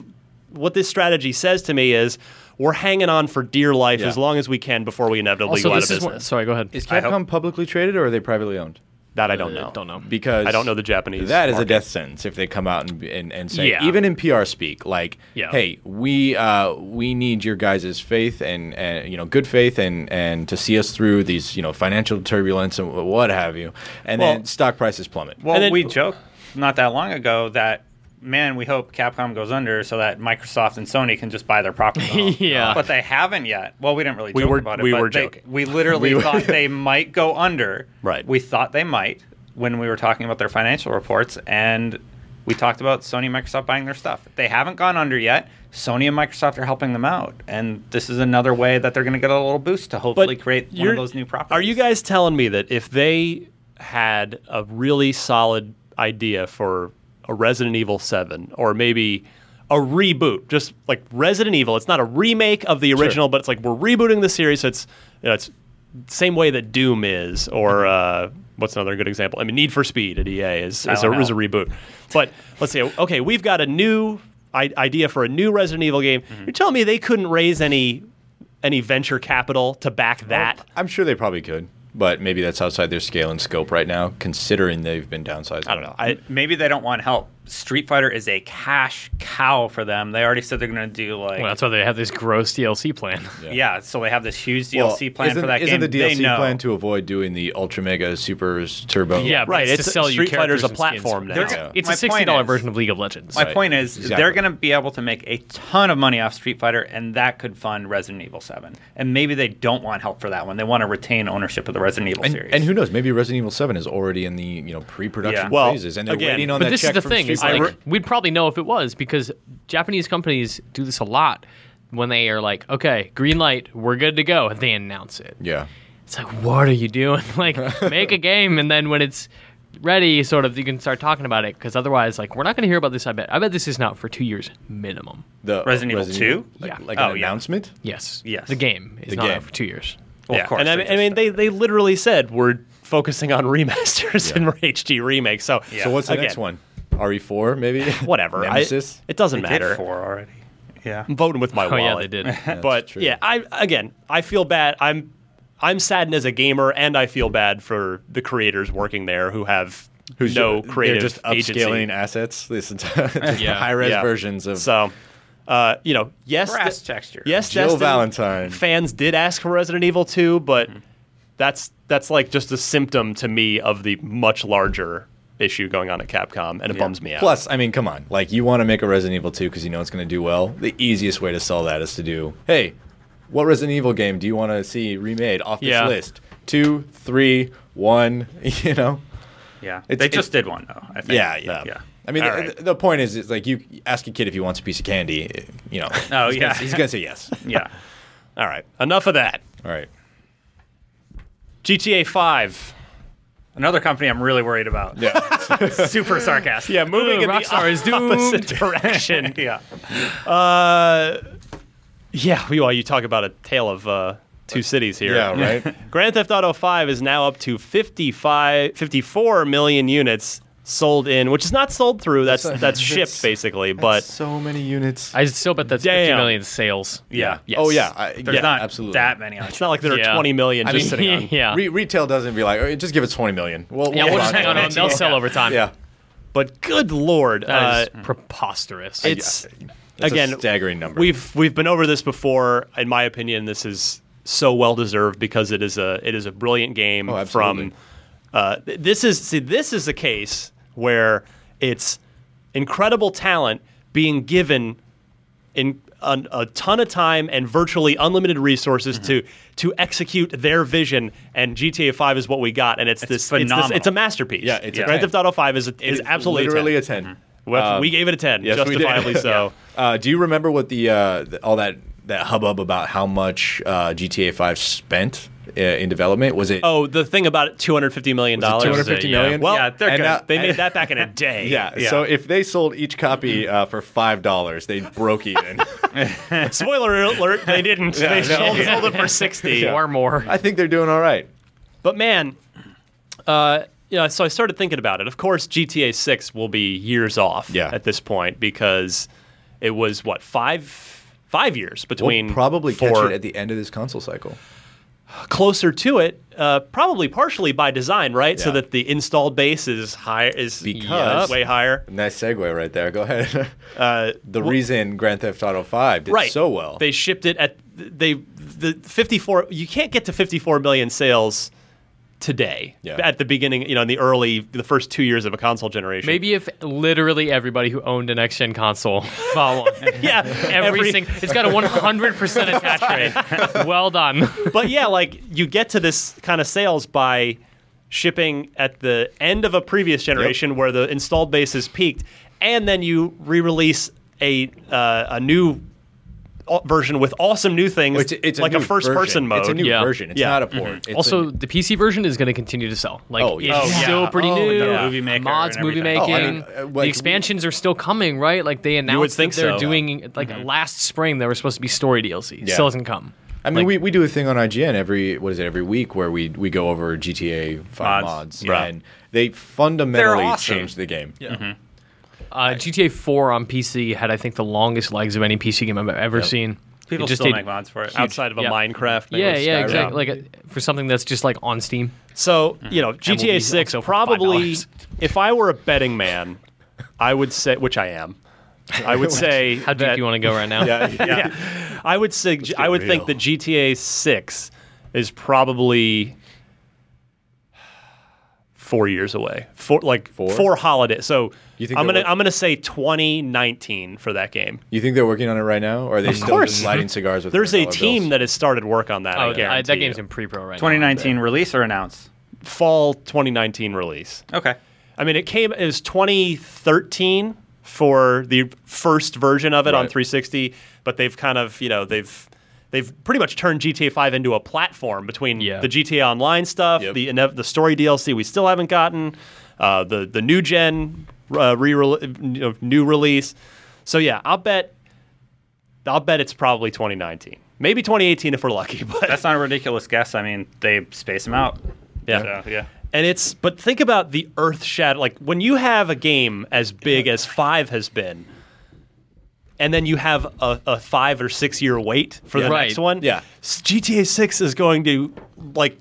what this strategy says to me is, we're hanging on for dear life
Yeah.
as long as we can before we inevitably
Also,
go out of
this is
business.
one, sorry. Go ahead.
Is Capcom publicly traded or are they privately owned?
that I don't
Uh,
know.
Don't know.
Because
I don't know the Japanese
That is
market.
a death sentence if they come out and and, and say
Yeah.
even in PR speak like,
Yeah.
hey, we uh, we need your guys' faith and, and you know good faith and and to see us through these you know financial turbulence and what have you, and
Well-
then stock prices plummet.
Well,
And then-
we joked not that long ago that man, we hope Capcom goes under so that Microsoft and Sony can just buy their property.
Yeah.
but they haven't yet. Well, we didn't really.
We
joke
were-
about it.
we
but
were
they-
joking.
We literally thought they might go under.
Right.
We thought they might when we were talking about their financial reports and. We talked about Sony and Microsoft buying their stuff. They haven't gone under yet. Sony and Microsoft are helping them out. And this is another way that they're going to get a little boost to hopefully create one
you're-
of those new properties.
Are you guys telling me that if they had a really solid idea for a Resident Evil 7 or maybe a reboot, just like Resident Evil, it's not a remake of the original, but it's like we're rebooting the series. So it's you know, it's same way that Doom is or
Mm-hmm.
uh, what's another good example? I mean Need for Speed at EA is is a,
Silent
is a
Hill.
reboot. But let's say okay, we've got a new I- idea for a new Resident Evil game.
Mm-hmm.
You're telling me they couldn't raise any any venture capital to back that?
I'm sure they probably could. but maybe that's outside their scale and scope right now, considering they've been downsized.
I don't know.
I,
I,
maybe they don't want help. Street Fighter is a cash cow for them. They already said they're going to do like
Well, that's why they have this gross DLC plan.
yeah. So they have this huge
Well,
DLC plan
isn't,
for that
isn't
game.
the DLC
they know.
plan to avoid doing the Ultra Mega Supers Turbo?
Yeah, but
Right,
It's,
it's-
to sell you
Street Fighter's
characters
a
and skins
platform
for-
now.
They're-
Yeah.
It's
My
a sixty dollar
point is-
version of League of Legends.
My
Right.
point is, they're
Exactly.
going to be able to make a ton of money off Street Fighter, and that could fund Resident Evil 7. And maybe they don't want help for that one. They want to retain ownership of the Resident Evil
And,
series.
and who knows? Maybe Resident Evil Seven is already in the you know pre-production
Yeah.
Well,
phases, and they're
again,
waiting on
but
that
this is
check
the
from
thing:
Street
is
I
like
Fighter.
re-
we'd probably know if it was because Japanese companies do this a lot when they are like, "Okay, green light, we're good to go," and they announce it.
yeah,
It's like, what are you doing? like, make a game, and then when it's ready, sort of, you can start talking about it. Because otherwise, like, we're not going to hear about this. I bet. I bet this is not for two years minimum.
the
Resident Evil 2?
like,
Yeah.
like
Oh,
an
yeah.
announcement.
Yes.
Yes.
The game is
The
not
game.
out for two years.
Well,
yeah.
of course.
And I mean,
they
I
just-
mean they, they literally said we're focusing on remasters and HD remakes. So,
Yeah.
So what's the
Again,
next one? RE4 maybe?
Whatever. I-
Nemesis.
it doesn't
they
matter.
did four already. Yeah.
I'm voting with my
Oh
wallet.
yeah, they did.
but
true.
yeah, I again, I feel bad. I'm I'm saddened as a gamer, and I feel bad for the creators working there who have no
ju-
creative
They're just
agency.
upscaling assets. This entire
Yeah.
high res
Yeah.
versions of
So, uh, you know, yes,
Brass
the-
texture.
yes,
Jill
Destiny
Valentine.
fans did ask for Resident Evil 2, but that's that's like just a symptom to me of the much larger issue going on at Capcom, and it bums me out.
Plus, I mean, come on. Like, you want to make a Resident Evil 2 because you know it's going to do well. The easiest way to sell that is to do, hey, what Resident Evil game do you want to see remade off this
Yeah.
list? Two, three, one, you know?
Yeah.
It's-
they
it-
just did one, though. I think.
Yeah, yeah.
Yeah.
I mean,
All
the,
right.
the point is, it's like you ask a kid if he wants a piece of candy, you know.
Oh,
he's
yeah.
Gonna, he's going to say yes.
Yeah.
All right, enough of that.
All right.
GTA 5.
Another company I'm really worried about.
Yeah.
Super sarcastic.
Yeah, moving in the
Rockstar is
opposite
doomed.
direction.
Yeah.
Uh, yeah, well, you talk about a tale of uh, two cities here.
yeah, right?
Grand Theft Auto 5 is now up to 55, 54 million units sold in, which is not sold through. That's that's, shipped basically, but
so many units.
I still bet that's fifty
Damn.
million sales.
Yeah.
yes.
Oh, yeah. I,
There's
yeah,
not
absolutely.
that many on
it's not like there are
Yeah.
20 million
I
just
mean-
sitting on.
yeah.
Re- retail doesn't be like, "All right, just give it 20 million. We'll,
yeah, we'll
move
just hang on.
to
to them. They'll sell over time.
it." Yeah.
But good lord, uh,
That is preposterous.
it's
That's
again
a staggering number.
We've we've been over this before. In my opinion, this is so well deserved because it is a it is a brilliant game
Oh, absolutely.
from uh, th- this is see this is a case where it's incredible talent being given in an, a ton of time and virtually unlimited
Mm-hmm.
resources to to execute their vision and GTA 5 is what we got and it's, this, it's this
phenomenal.
it's a masterpiece.
Yeah, it's a
Grand
10.
Theft Auto 5 is a, is absolutely a 10.
literally a 10.
Well,
Um,
we gave it a 10
yes, we did.
justifiably so.
Uh, do you remember what the, uh, the all that that hubbub about how much uh, GTA 5 spent uh, in development? Was it
Oh, the thing about it, two hundred fifty million dollars.
two hundred fifty million?
Well,
Yeah, they're
and
good.
now-
they made that back in a day.
Yeah, So if they sold each copy uh, for five dollars, they broke even.
Spoiler alert: They didn't.
Yeah,
they
no.
sold, sold it for sixty.
or more.
I think they're doing all right.
But man, uh, you know, so I started thinking about it. Of course, GTA Six will be years off
Yeah.
at this point because it was what five five years
We'll
between
probably
four,
catch it at the end of this console cycle.
closer to it, uh, probably partially by design, right? So
Yeah.
that the installed base is higher is
Because-
way higher.
Nice segue right there. Go ahead. Uh, the reason Grand Theft Auto 5 did
right.
so well.
They shipped it at they the 54. You can't get to 54 million sales today.
Yeah.
At the beginning, you know, in the early the first two years of a console generation.
Maybe if literally everybody who owned an next gen console bought one.
Yeah.
Every,
every-
single, it's got a 100% attach rate. Well done.
but yeah, like you get to this kind of sales by shipping at the end of a previous generation where the installed base is peaked, and then you re-release a uh, a new au- version with awesome new things,
It's, it's
like
a,
a,
new
first-person
version.
mode.
It's a new
Yeah.
version. It's
Yeah.
not a port. It's a
Also, the PC version is going to continue to sell. Like,
Oh, yeah.
it's
Oh,
still
yeah.
pretty
Oh,
new.
the movie maker
Mods,
and
movie
everything.
making.
Oh, I mean, uh, like-
the expansions are still coming, right? Like, they announced
think
that they're
so.
doing, like, last spring, there was supposed to be story DLC.
Yeah.
Still hasn't come.
I mean, we, we do a thing on IGN every what is it every week where we we go over GTA Five
Mods.
mods,
Yeah.
and they fundamentally
They're awesome.
changed the game.
Uh, GTA 4 on PC had, I think, the longest legs of any PC game I've ever seen.
People
just
still
did
make mods for it.
outside of a
Yeah.
Minecraft. thing
Yeah,
with
yeah,
Skyrim.
exactly. Like uh, for something that's just like on Steam.
So you know,
we'll be
GTA Six
also for
probably.
$5.
If I were a betting man, I would say, which I am, I would say
How deep
that-
you want to go right now?
yeah, yeah. I would say I would think
real.
that GTA Six is probably four years away. Four like
Four?
four holiday. So
You think
I'm
they're
gonna
work-
I'm gonna say 2019 for that game.
You think they're working on it right now, or are they still
course.
just lighting cigars with?
There's a
$100
team
bills?
that has started work on that.
Oh,
I
yeah, I-
guarantee
that game's
you.
in pre-pro right now.
2019 release or announce?
fall 2019 release.
Okay.
I mean, it came it was 2013 for the first version of it on
Right.
360, but they've kind of you know they've they've pretty much turned GTA 5 into a platform between
Yeah.
the GTA Online stuff,
Yep.
the inev- the story DLC we still haven't gotten, uh, the the new gen uh, re you know, new release. So yeah, I'll bet I'll bet it's probably 2019, maybe 2018 if we're lucky. But
That's not a ridiculous guess. I mean, they space them out.
Yeah.
So, yeah.
And it's but think about the earth shatter like when you have a game as big as five has been, and then you have a, a five or six year wait for the
Yeah.
next
Right.
one.
Yeah.
S- GTA six is going to like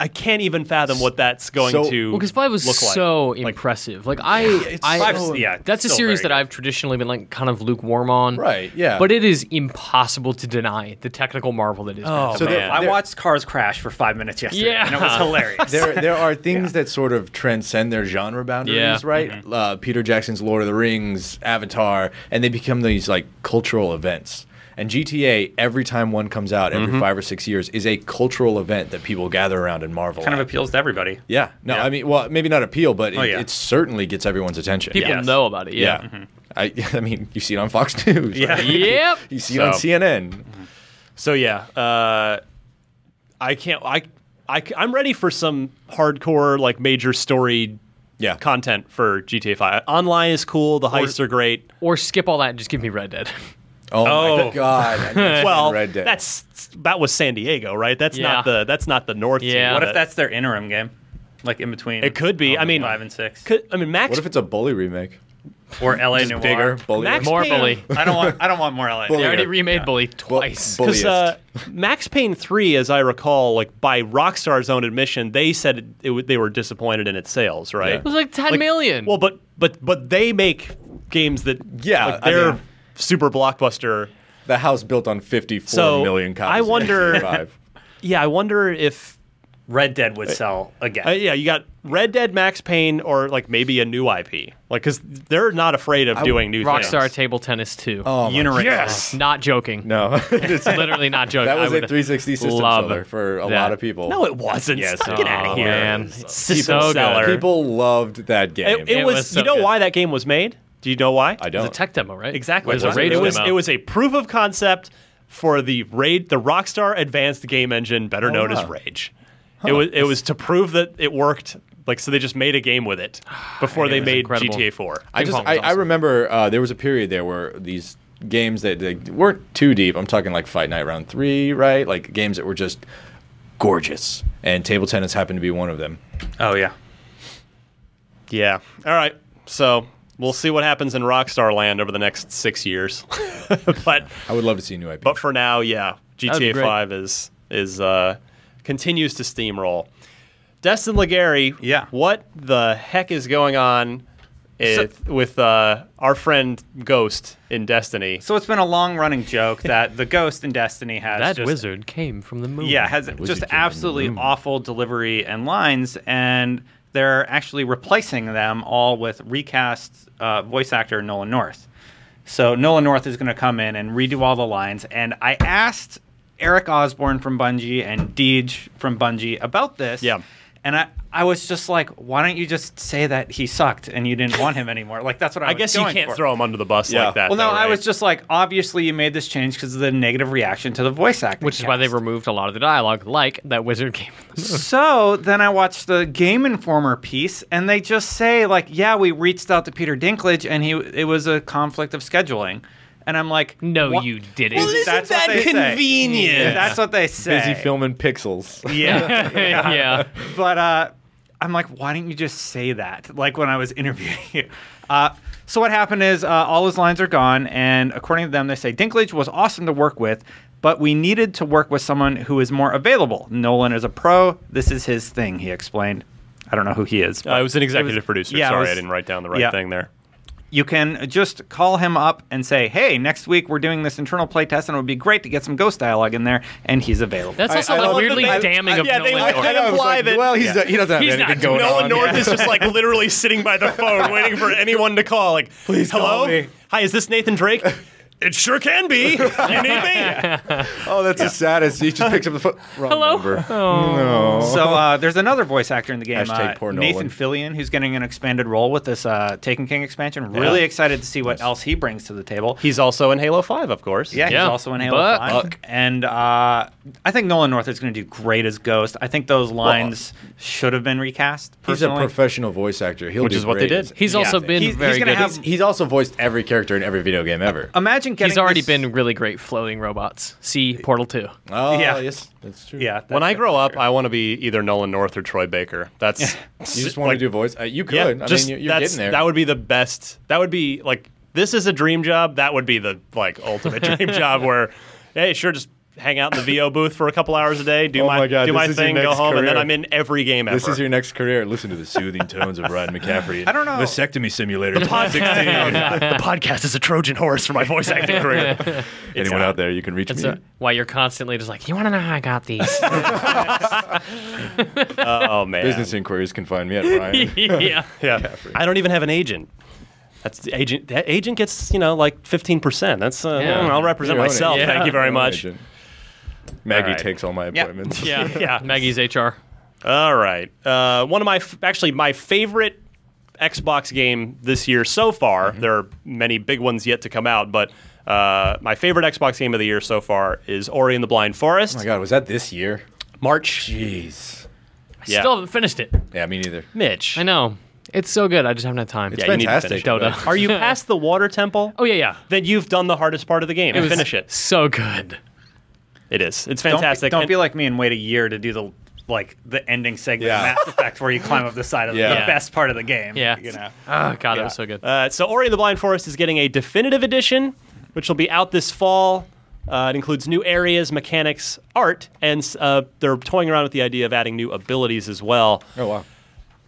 I can't even fathom what that's going
So-
to
Well, because five was
look
so
like. Like,
impressive. Like I, I
Five's- yeah, it's
that's a
still
series
very
that
good.
I've traditionally been like kind of lukewarm on.
Right, yeah.
But it is impossible to deny the technical marvel that is. Oh,
So
Man,
there-
I
there-
watched cars crash for five minutes yesterday,
Yeah.
and it was hilarious.
there, there are things that sort of transcend their genre boundaries,
Yeah.
right? Uh, Peter Jackson's Lord of the Rings, Avatar, and they become these like cultural events. And GTA, every time one comes out, every five or six years, is a cultural event that people gather around and marvel.
kind of
at.
appeals to everybody.
yeah. No,
Yeah.
I mean, well, maybe not appeal, but it,
yeah.
it certainly gets everyone's attention.
people
Yes.
know about it.
yeah.
Yeah.
I, I mean, you see it on Fox News. Yeah.
yep.
You see it on
So-
CNN.
so yeah, uh, I can't I, I I'm ready for some hardcore like major story
Yeah.
content for GTA five. Online is cool, the heists are great.
Or skip all that and just give me Red Dead.
oh,
Oh.
my God. I mentioned
well,
Red Dead.
that's that was San Diego, right? That's
Yeah.
not the that's not the North.
Yeah.
team.
What
Uh,
if that's their interim game? Like in between.
It could be. I mean,
five and six.
Could, I mean, Max.
What if it's a bully remake?
or LA Noir.
Bigger, bullier.
Max
More
Payne,
bully.
I don't want. I don't want more LA.
They
Noir.
already remade Bully twice.
Bu-
Because uh,
Bulliest.
Max Payne three, as I recall, like by Rockstar's own admission, they said it, it, w- they were disappointed in its sales, right?
Yeah.
it was like ten million.
Well, but but but they make games that
Yeah,
like
I
they're
mean-
super blockbuster.
The house built on 54
So,
million copies.
I
of
wonder-
GTA V.
Yeah, I wonder if
Red Dead would sell again.
Uh, yeah, you got Red Dead, Max Payne, or like maybe a new IP, like because they're not afraid of doing new
Rockstar
things.
Table Tennis Two.
Oh my-
Uniracial.
Not joking.
No, that
Literally not joking. I
was a
would
360 system
love
seller for a
that.
lot of people.
No, it wasn't.
Yes.
Stop, Get out
Oh,
of here.
man.
System
So good.
seller.
people loved that game.
it, it
It
was.
was so
you know
good.
why that game was made? Do you know why?
I
It was
don't.
a tech demo, right?
Exactly.
It was a
Wasn't
radio
it was.
demo.
It was a proof of concept for the raid, the Rockstar Advanced Game Engine, better known as
Ah.
wow.
Rage. It was. It was to prove that it worked. Like so, they just made a game with it before they
was
made
incredible.
GTA Four.
I
Ping
just
pong was
I, I
awesome.
remember uh, there was a period there where these games that they weren't too deep. I'm talking like Fight Night Round Three, right? Like games that were just gorgeous, and table tennis happened to be one of them.
Oh yeah.
Yeah. All right. So we'll see what happens in Rockstar Land over the next six years. but
I would love to see a new IP.
but for now, yeah,
would be
GTA
great.
Five is is uh, continues to steamroll. Destin Legary,
Yeah.
what the heck is going on if, with uh, our friend Ghost in Destiny?
So it's been a long running joke that the Ghost in Destiny has
that
just
wizard came from the moon.
Yeah, has just absolutely awful delivery and lines, and they're actually replacing them all with recast uh, voice actor Nolan North. So Nolan North is going to come in and redo all the lines. And I asked Eric Osborne from Bungie and Deej from Bungie about this.
Yeah.
And I, I was just like, why don't you just say that he sucked and you didn't want him anymore? Like that's what I,
I
was
guess you
going
can't
for.
throw him under the bus
Yeah.
like that.
Well, no,
though,
I
right?
was just like, obviously you made this change because of the negative reaction to the voice acting,
Which is why they
cast.
removed a lot of the dialogue, like that wizard came from the moon.
So then I watched the Game Informer piece, and they just say like, "Yeah, we reached out to Peter Dinklage, and he it was a conflict of scheduling," and I'm like,
No,
"What?"
you didn't.
That's what they say. That's what they say.
busy filming pixels.
Yeah,
yeah.
but uh, I'm like, why didn't you just say that? Like when I was interviewing you. Uh, So what happened is uh, all his lines are gone, and according to them, they say Dinklage was awesome to work with, but we needed to work with someone who is more available. Nolan is a pro. This is his thing, he explained. I don't know who he is.
Uh, I
but-
was an executive producer.
yeah, it
Sorry,
was-
I didn't write down the right
yeah.
thing there.
you can just call him up and say, "Hey, next week we're doing this internal playtest, and it would be great to get some ghost dialogue in there." And he's available.
That's
I-
also
I
like
love that
weirdly
they- I-
damning of
yeah, they
Nolan
like-
North.
I
know, it's
imply
like,
that-
well, he's he doesn't have
He's
anything
not
going
doing
on.
Nolan North
yeah.
is just like literally sitting by the phone waiting for anyone to call. Like, please hello?
call me."
Hi, is this Nathan Drake? it sure can be. You need me?
oh, that's the saddest. He just picks up the phone. Wrong
Hello? Oh.
number.
So uh, there's another voice actor in the game,
Hashtag
uh,
poor
Nathan
Nolan.
Fillion, who's getting an expanded role with this uh, Taken King expansion. Really excited to see what else he brings to the table.
He's also in Halo 5, of course.
Yeah,
Yeah.
he's also in Halo
Buck.
5. And uh, I think Nolan North is going to do great as Ghost. I think those lines should have been recast.
He's a
Personally.
professional voice actor. He'll
Which
do
is what they
great as-
did.
He's also
Yeah.
been
He's- he's
very
gonna
good.
have-
He's, he's also voiced every character in every video game ever.
Uh,
Imagine getting
He's already
this-
been really great floating robots. See Portal 2.
oh,
yeah.
yes, that's true.
Yeah.
When
that's-
I grow up, I want to be either Nolan North or Troy Baker. That's
you just want
like,
to do voice. Uh, you could.
Yeah,
I
just
mean, you're, you're
that's-
getting there.
That would be the best. That would be like this is a dream job. That would be the like ultimate dream job where, hey, sure, just hang out in the VO booth for a couple hours a day, do
Oh
my,
my God,
do my
this is your
thing, go
next
home, and then
career.
I'm in every game ever.
this is your next career. Listen to the soothing tones of Ryan McCaffrey.
I don't know.
Vasectomy simulator.
the podcast is a Trojan horse for my voice acting career.
Anyone out there, you can reach
That's
me.
a- why you're constantly just like, you want to know how I got these?
Oh man,
Business inquiries can find me at Ryan.
yeah.
yeah. I don't even have an agent. That's the agent. That agent gets you know like fifteen percent. That's uh,
Yeah.
mm, I'll represent
Your own
myself.
agent.
Thank you very
Your own
much.
agent. Maggie
right.
takes all my
Yeah.
appointments.
Yeah. Maggie's HR.
All right. Uh, one of my f- actually my favorite Xbox game this year so far. There are many big ones yet to come out, but uh, my favorite Xbox game of the year so far is Ori and the Blind Forest.
Oh my God, was that this year?
March.
Jeez.
Yeah.
Still haven't finished it.
Yeah, me neither.
Mitch.
I know. It's so good. I just haven't had time.
It's
Yeah, you need to
fantastic.
finish
Dota.
but-
Are you past the water temple?
Oh, yeah, yeah.
Then you've done the hardest part of the game.
It was
Finish it.
So good.
It is. It's
Don't be-
fantastic.
Don't,
And-
be like me and wait a year to do the like the ending segment
Yeah.
of Mass Effect where you climb up the side of the-
Yeah.
the best part of the game.
Yeah.
You know.
Oh, God, it was so good.
Uh, so Ori and the Blind Forest is getting a definitive edition, which will be out this fall. Uh, it includes new areas, mechanics, art, and uh, they're toying around with the idea of adding new abilities as well.
Oh wow.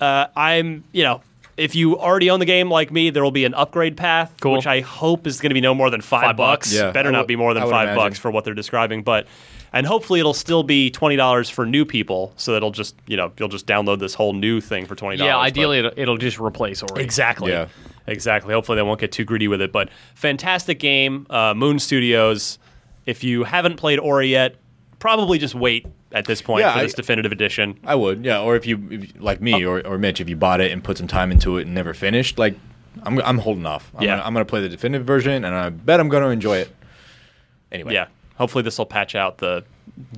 Uh, I'm, you know, if you already own the game like me, there will be an upgrade path,
Cool.
which I hope is going to be no more than five, bucks.
Yeah,
Better
I
not
would-
be more than
I would
five
imagine.
bucks for what they're describing, but. And hopefully it'll still be twenty dollars for new people, so that'll just you know you'll just download this whole new thing for twenty dollars.
yeah, ideally, it'll, it'll just replace Ori.
Exactly.
Yeah.
Exactly. Hopefully they won't get too greedy with it, but fantastic game. Uh, Moon Studios. If you haven't played Ori yet, probably just wait at this point
Yeah,
for
I-
this definitive edition.
I would, yeah. Or if you, if, you- like me or, or Mitch, if you bought it and put some time into it and never finished, like, I'm, I'm holding off. I'm
Yeah.
Gonna, I'm going to play the definitive version and I bet I'm going to enjoy it. Anyway.
Yeah. Hopefully this will patch out the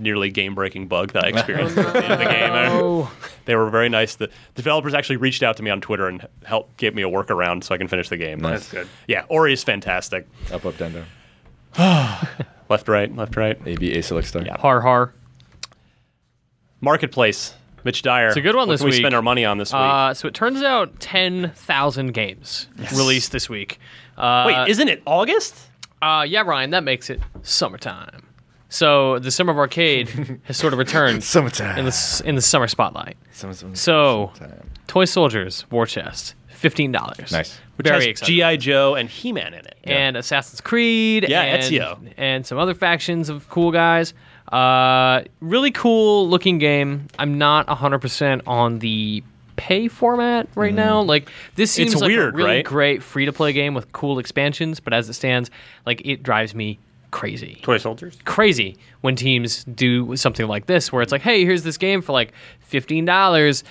nearly game-breaking bug
Oh,
that I experienced at the end of the game.
Oh.
They were very nice. The developers actually reached out to me on Twitter and helped give me a workaround so I can finish the game.
Nice.
That's good.
Yeah, Ori is fantastic.
Up, up, down, down.
Left, right, left, right.
A, B, A, select star.
Yeah.
Har har.
Marketplace. Mitch Dyer. It's
a good one
what
this
can
week.
we spend our money on this week?
Uh, so it turns out 10,000 games released this week. Uh,
Wait, isn't it August?
Uh, yeah, Ryan, that makes it summertime. So the summer of arcade has sort of returned
Summertime.
in the s- in the summer spotlight.
Summer- summer-
So,
summertime.
Toy Soldiers War Chest, fifteen dollars.
Nice.
Which very
has
exciting.
GI Joe and He Man in it.
and Assassin's Creed.
Yeah,
and,
Ezio.
and some other factions of cool guys. Uh, really cool looking game. I'm not 100% on the pay format right now. Like this seems like
Mm-hmm. weird,
a really
right?
great free to play game with cool expansions, but as it stands, like it drives me crazy
Toy soldiers.
crazy when teams do something like this, where it's like, hey, here's this game for like fifteen dollars,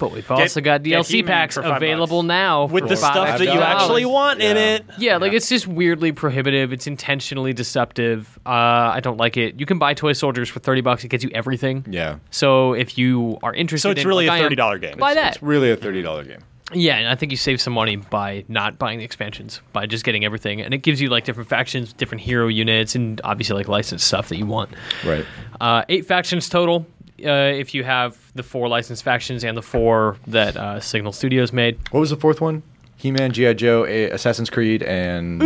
but we've also got
get
DLC
He-Man
packs
for five
available now
with
for
the
five
stuff that you
dollars."
actually want in it.
Yeah, like it's just weirdly prohibitive. It's intentionally deceptive. Uh, I don't like it. You can buy Toy Soldiers for thirty bucks; it gets you everything.
Yeah.
So if you are interested,
So it's
in,
really
like
a
I am,
$30 game.
Buy that.
It's really a $30 game.
Yeah, and I think you save some money by not buying the expansions, by just getting everything, and it gives you like different factions, different hero units, and obviously like licensed stuff that you want.
Right.
Uh, eight factions total. Uh, if you have the four licensed factions and the four that uh, Signal Studios made,
What was the fourth one? He-Man, GI Joe, A- Assassin's Creed, and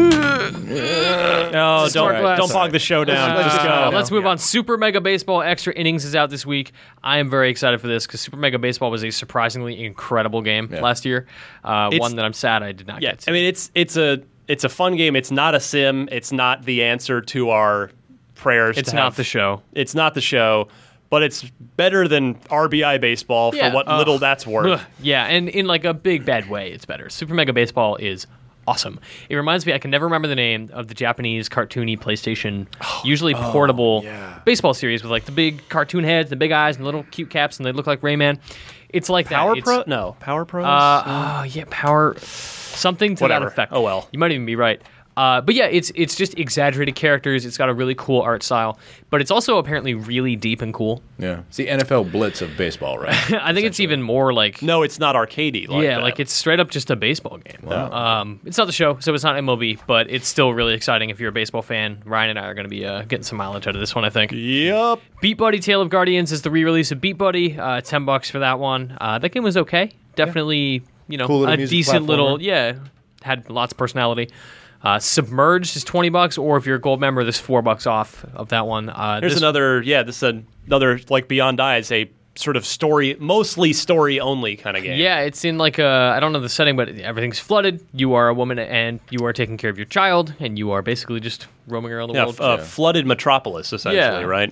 No, don't
Sorry.
don't bog the show down.
Let's
Just
just-
go.
Uh,
no.
let's move on. Super Mega Baseball Extra Innings is out this week. I am very excited for this because Super Mega Baseball was a surprisingly incredible game last year. Uh,
It's-
one that I'm sad I did not
Yeah,
get. To.
I mean it's it's a it's a fun game. It's not a sim. It's not the answer to our prayers.
it's
to
not
have-
the show.
It's not the show, but it's better than RBI baseball
Yeah,
for what
ugh.
little that's worth.
Ugh. Yeah, and in like a big bad way, it's better. Super Mega Baseball is awesome. It reminds me, I can never remember the name of the Japanese cartoony PlayStation,
Oh,
usually portable baseball series with like the big cartoon heads, the big eyes, and little cute caps, and they look like Rayman. It's like
Power
that. It's-
Pro? No, Power Pros.
Uh, oh, yeah, power, something to
Whatever.
that effect.
Oh, well.
you might even be right. Uh, but yeah, it's it's just exaggerated characters. It's got a really cool art style, but it's also apparently really deep and cool.
yeah, it's the NFL Blitz of baseball, right?
I think it's even more like
no, it's not arcadey. Like
yeah,
that.
like it's straight up just a baseball game. Um, it's not the show, so it's not MLB, but it's still really exciting if you're a baseball fan. Ryan and I are going to be uh, getting some mileage out of this one, I think.
Yep.
Beat Buddy Tale of Guardians is the re-release of Beat Buddy. Uh, Ten bucks for that one. Uh, that game was okay. Definitely, you know,
Cool little
a
music
decent
platformer.
little yeah. Had lots of personality. Uh, Submerged is twenty bucks, or if you're a gold member, there's four bucks off of that one. Uh,
Here's
this-
another. Yeah, this is another like Beyond Eyes, a sort of story, mostly story only kind of game.
Yeah, it's in like a I don't know the setting, but everything's flooded. You are a woman, and you are taking care of your child, and you are basically just roaming around the
Yeah,
world.
f- uh, flooded metropolis essentially,
Yeah.
right?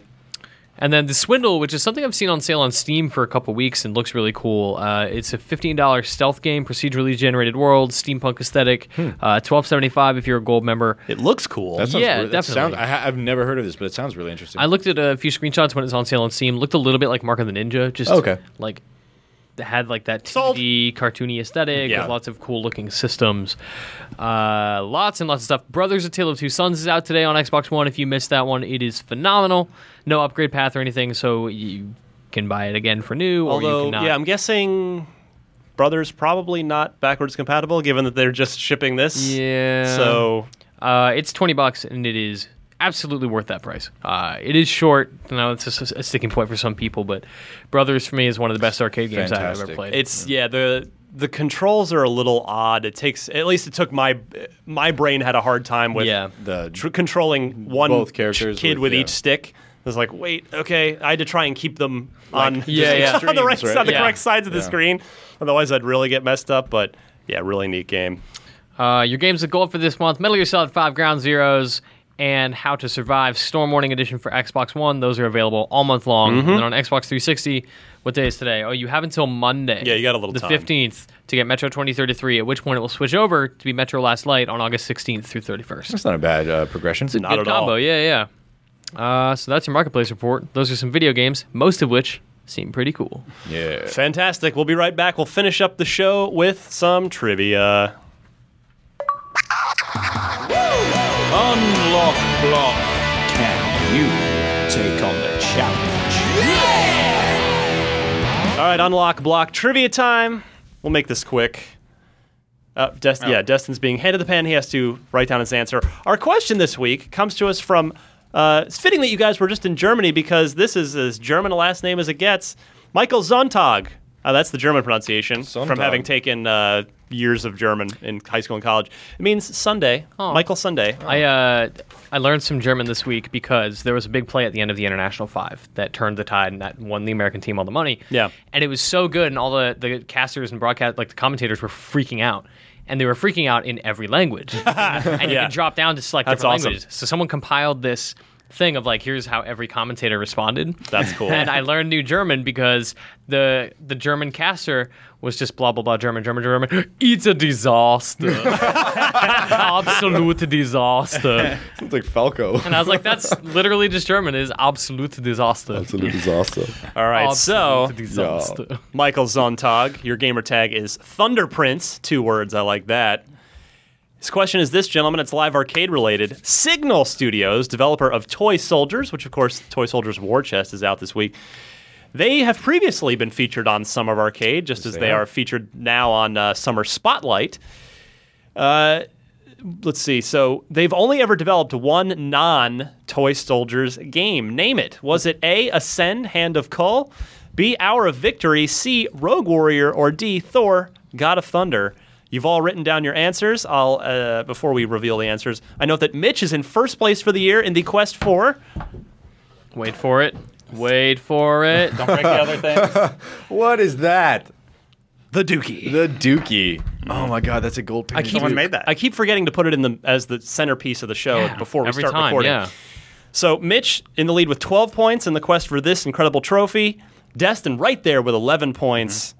And then the Swindle, which is something I've seen on sale on Steam for a couple weeks and looks really cool. Uh, it's a fifteen dollars stealth game, procedurally generated world, steampunk aesthetic. Uh, Twelve seventy five if you're a gold member.
It looks cool.
That sounds
Yeah,
really- that sounds-
definitely.
I, ha- I've never heard of this, but it sounds really interesting.
I looked at a few screenshots when it was on sale on Steam. Looked a little bit like Mark of the Ninja, just
Okay.
like had like that
Sold.
2D cartoony aesthetic
Yeah.
with lots of cool looking systems. Uh, lots and lots of stuff. Brothers: A Tale of Two Sons is out today on Xbox One. If you missed that one, it is phenomenal. No upgrade path or anything, so you can buy it again for new. or
Although,
you cannot.
yeah, I'm guessing Brothers probably not backwards compatible, given that they're just shipping this.
Yeah.
So
Uh, it's 20 bucks and it is absolutely worth that price. Uh, it is short. Now it's just a, a sticking point for some people, but Brothers for me is one of the best arcade games I've ever
Fantastic.
played.
it's yeah the the controls are a little odd. It takes at least it took my my brain had a hard time with
yeah.
the
tr- controlling one
Both characters
ch- kid with,
with- yeah.
each stick. I was like, wait, okay. I had to try and keep them on,
Yeah, yeah.
on the right
extremes, right?
side, the
Yeah.
correct sides of the screen. Otherwise, I'd really get messed up. But yeah, really neat game.
Uh, your games of gold for this month: Metal Gear Solid 5 Ground Zeroes and How to Survive Storm Warning Edition for Xbox One. Those are available all month long.
Mm-hmm.
And then on Xbox 360, what day is today? Oh, you have until Monday.
Yeah, you got a little
the
time.
15th to get Metro 2033. At which point it will switch over to be Metro Last Light on August 16th through 31st.
That's not a bad uh, progression.
Not
Good
at all.
combo, yeah, yeah. Uh, so that's your marketplace report. Those are some video games, most of which seem pretty cool.
yeah.
Fantastic. We'll be right back. We'll finish up the show with some trivia.
Unlock block. Can you take on the challenge?
All right, unlock block trivia time. We'll make this quick. Uh, Dest-
Oh.
Yeah, Destin's being handed the pen. He has to write down his answer. Our question this week comes to us from. Uh, it's fitting that you guys were just in Germany because this is as German a last name as it gets. Michael Zontag. Uh, that's the German pronunciation from
Sonntag.
having taken uh, years of German in high school and college. It means Sunday. Michael Sunday.
I uh, I learned some German this week because there was a big play at the end of the International Five that turned the tide and that won the American team all the money.
Yeah.
and it was so good, and all the the casters and broadcast like the commentators were freaking out. And they were freaking out in every language, and you
Yeah.
could drop down to select
That's
different
awesome.
languages. So someone compiled this thing of like, here's how every commentator responded.
That's cool.
and I learned new German because the the German caster was just blah blah blah German German German. It's a disaster, absolute disaster.
Sounds like Falco.
And I was like, that's literally just German. It is absolute disaster.
Absolute disaster.
All right, so
Absolute disaster.
Michael Zontag. Your gamer tag is Thunderprince. Two words. I like that. His question is this, gentlemen. It's live arcade related. Signal Studios, developer of Toy Soldiers, which of course Toy Soldiers War Chest is out this week. They have previously been featured on Summer of Arcade, just as they
have.
are featured now on uh, Summer Spotlight. Uh, let's see. So they've only ever developed one non Toy Soldiers game. Name it. Was it A, Ascend, Hand of Cull, B, Hour of Victory, C, Rogue Warrior, or D, Thor, God of Thunder? You've all written down your answers. I'll uh, before we reveal the answers. I note that Mitch is in first place for the year in the quest for
Wait for it. Wait for it.
Don't break the other things.
What is that?
the Dookie.
The Dookie. Oh my God, that's a gold. I
Someone made that.
I keep forgetting to put it in the as the centerpiece of the show before we
Every
start
time,
recording.
yeah.
So Mitch in the lead with 12 points in the quest for this incredible trophy. Destin right there with 11 points.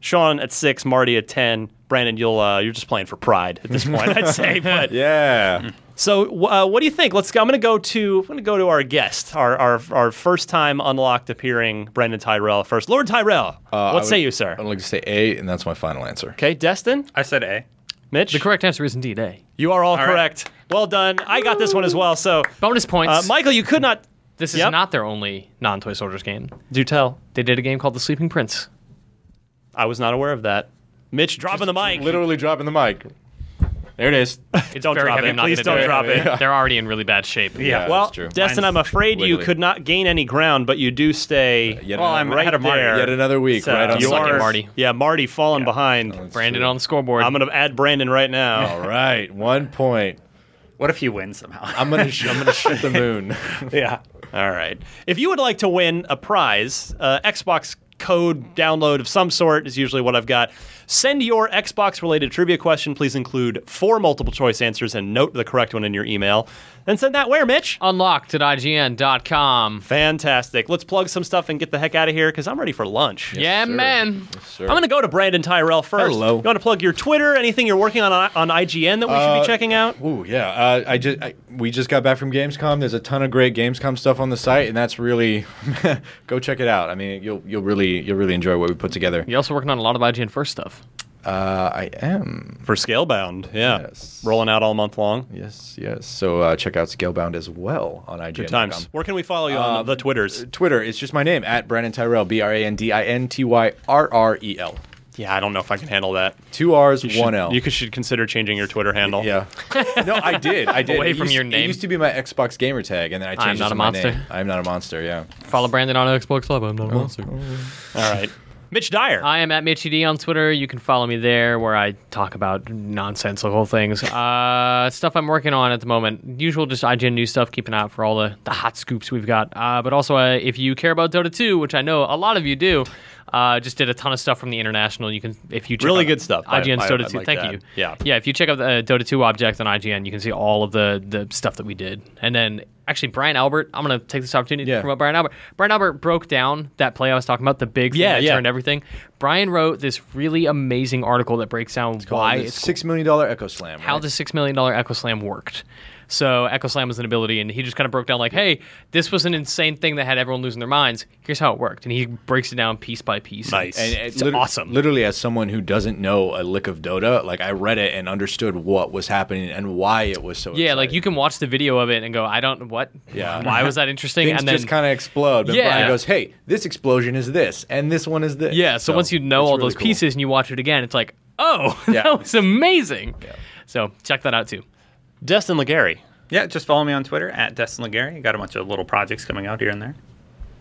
Sean at six, Marty at 10. Brandon, you'll uh, you're just playing for pride at this point, I'd say. But
Yeah.
so, wh- uh, what do you think? Let's. Go, I'm going to go to. I'm going to go to our guest, our, our our first time unlocked appearing, Brandon Tyrell first. Lord Tyrell, what say you, sir?
I'm going to say A, and that's my final answer.
Okay, Destin,
I said A.
Mitch,
The correct answer is indeed A.
you are all,
right.
correct. Well done. I got this one as well. So,
Bonus points.
uh, Michael, you could not
this is
yep.
not their only non-Toy Soldiers game.
do tell.
They did a game called The Sleeping Prince.
I was not aware of that. Mitch dropping the mic.
Literally dropping the mic. There it is.
It's
Don't
very
drop
heavy.
it.
I'm not
Please
gonna
don't
do
drop it.
They're already in really bad shape.
Yeah,
Well,
that's true.
Destin, I'm afraid you
wiggly. Uh,
could not gain any ground, but you do stay.
Yet
Well,
another-
I'm
right
ahead of Marty.
there.
Yet another Oh, week,
So
right on
you
the
Suck it,
are,
mark.
Marty.
Yeah, Marty falling behind.
Brandon on the scoreboard.
I'm going to add Brandon right now.
All right, one point.
What if you win somehow?
I'm gonna sh- I'm gonna shoot the moon.
yeah.
Oh.
All right. If you would like to win a prize, uh, Xbox code download of some sort is usually what I've got. Send your Xbox related trivia question. Please include four multiple choice answers and note the correct one in your email. Then send that where, Mitch?
Uh,
Unlocked at IGN.com.
Fantastic. Let's plug some stuff and get the heck out of here because I'm ready for lunch.
yeah, man.
I'm going to go to Brandon Tyrell first.
Hello.
You want to plug your Twitter, anything you're working on on IGN that we should be checking out?
Ooh, yeah. Uh, I just I, we just got back from Gamescom. There's a ton of great Gamescom stuff on the site, and that's really go check it out. I mean, you'll you'll really you'll really enjoy what we put together.
You're also working on a lot of IGN First stuff.
Uh, I am.
For Scalebound, yeah.
Yes.
Rolling out all month long.
Yes, yes. So uh, check out Scalebound as well on IGN.
Good times. Uh, Where can we follow you on the Twitters?
Twitter, it's just my name at Brandon Tyrell, B R A N D I N T Y R R E L.
Yeah, I don't know if I can handle that.
Two R's,
You should-
one L.
You could, should consider changing your Twitter handle.
Yeah. no, I did. I did.
Away
It
from
used-
your name.
It used to be my Xbox gamer tag, and then I changed it
not
to
a
my
monster.
name. I'm not a monster. Yeah.
Follow Brandon on Xbox Live. I'm not a monster.
All right. Mitch Dyer.
I am at MitchyD on Twitter. You can follow me there where I talk about nonsensical things. Uh, stuff I'm working on at the moment. Usual just IGN news stuff. Keep an eye out for all the, the hot scoops we've got. Uh, but also, uh, if you care about Dota 2, which I know a lot of you do, uh, just did a ton of stuff from the international. You can, if you check
Really
out
good stuff. I-
IGN's
I- I
Dota 2.
like
Thank
that.
you.
Yeah.
Yeah. If you check out the uh, Dota 2 object on IGN, you can see all of the the stuff that we did. And then actually, Brian Albert. I'm gonna take this opportunity
Yeah.
to promote Brian Albert. Brian Albert broke down that play I was talking about, the big thing
Yeah,
that
yeah.
turned everything. Brian wrote this really amazing article that breaks down why
It's
it's
six million dollar Echo Slam.
how
right?
the six million dollar Echo Slam worked. So Echo Slam was an ability, and he just kind of broke down like, "Hey, this was an insane thing that had everyone losing their minds. Here's how it worked." And he breaks it down piece by piece.
Nice.
And
it's
liter-
awesome.
Literally, as someone who doesn't know a lick of Dota, like I read it and understood what was happening and why it was so.
yeah, like you can watch the video of it and go, "I don't what?
Yeah.
why was that interesting?"
Things
and then
just kind of explode. But
Yeah.
Brian goes, "Hey, this explosion is this, and this one is this."
Yeah, so, once you know
it's
all
really
those
cool.
pieces and you watch it again, it's like, oh,
Yeah.
that was amazing. So check that out too.
Destin Legary.
Yeah, just follow me on Twitter at Destin Legary. Got a bunch of little projects coming out here and there.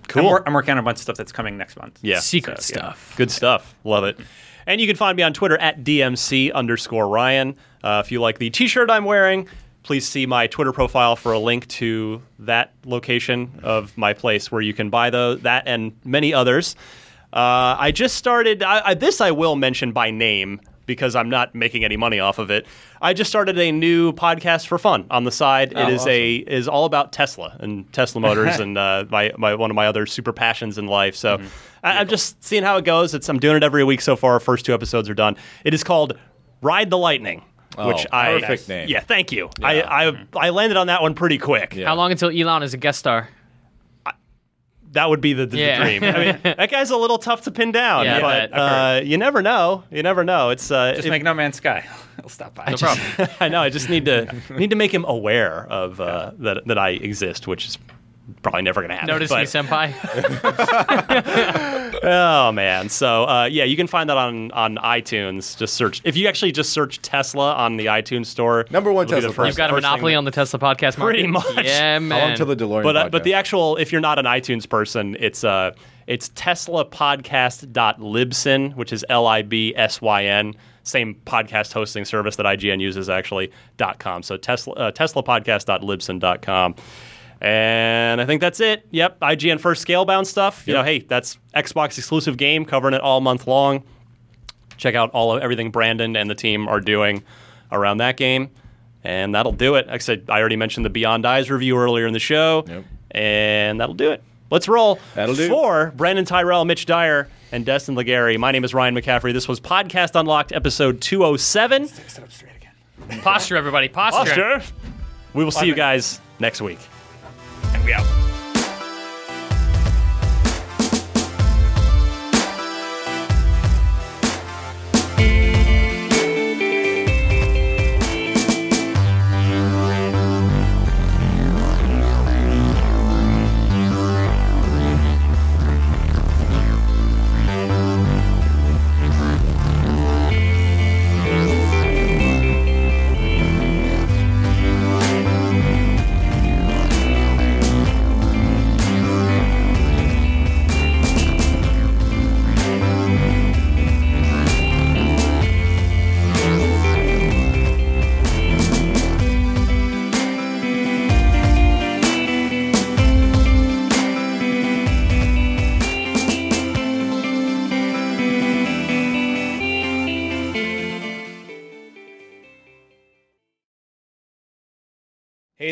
Cool.
I'm, wor- I'm working on a bunch of stuff that's coming next month.
Yeah.
Secret
So, yeah.
stuff.
Good stuff. Love it. And you can find me on Twitter at DMC underscore Ryan. Uh, if you like the t shirt I'm wearing, please see my Twitter profile for a link to that location of my place where you can buy those, that and many others. Uh, I just started, I, I, this I will mention by name because I'm not making any money off of it. I just started a new podcast for fun on the side. it is a is all about Tesla and Tesla motors and uh, my, my one of my other super passions in life. So I, I'm just seeing how it goes. It's I'm doing it every week so far. First two episodes are done. It is called Ride the Lightning, which
Oh,
I
perfect name.
Yeah, thank you. I, I I landed on that one pretty quick.
Yeah.
How long until Elon is a guest star?
That would be the, the, the
Yeah.
dream. I mean, that guy's a little tough to pin down,
Yeah, I
but
bet.
uh, you never know. You never know. It's uh,
Just
if-
make No Man's Sky. I'll stop by. No
problem.
I know. I just need to need to make him aware of uh, that that I exist, which is probably never going to happen.
Notice
but-
me, senpai.
Oh man. So uh, yeah, you can find that on on iTunes. Just search if you actually just search Tesla on the iTunes store.
Number one
it'll be the
Tesla
You've got a
first thing
monopoly
that-
on the Tesla podcast market.
Pretty much.
Yeah,
How
man.
long till the DeLorean?
But uh, but the
podcast?
actual if you're not an iTunes person, it's uh it's Tesla podcast which is L I B S Y N. same podcast hosting service that IGN uses actually .com. So Tesla uh, teslapodcast.libsyn.com. And I think that's it. Yep, IGN first Scalebound stuff. You know, hey, that's Xbox exclusive game covering it all month long. Check out all of everything Brandon and the team are doing around that game. And that'll do it. Like I said, I already mentioned the Beyond Eyes review earlier in the show.
Yep.
And that'll do it. Let's roll.
That'll do.
For Brandon Tyrell, Mitch Dyer, and Destin Legary, my name is Ryan McCaffrey. This was Podcast Unlocked, episode 207.
Posture, everybody.
Sure. We will see you guys next week.
And we out.
Hey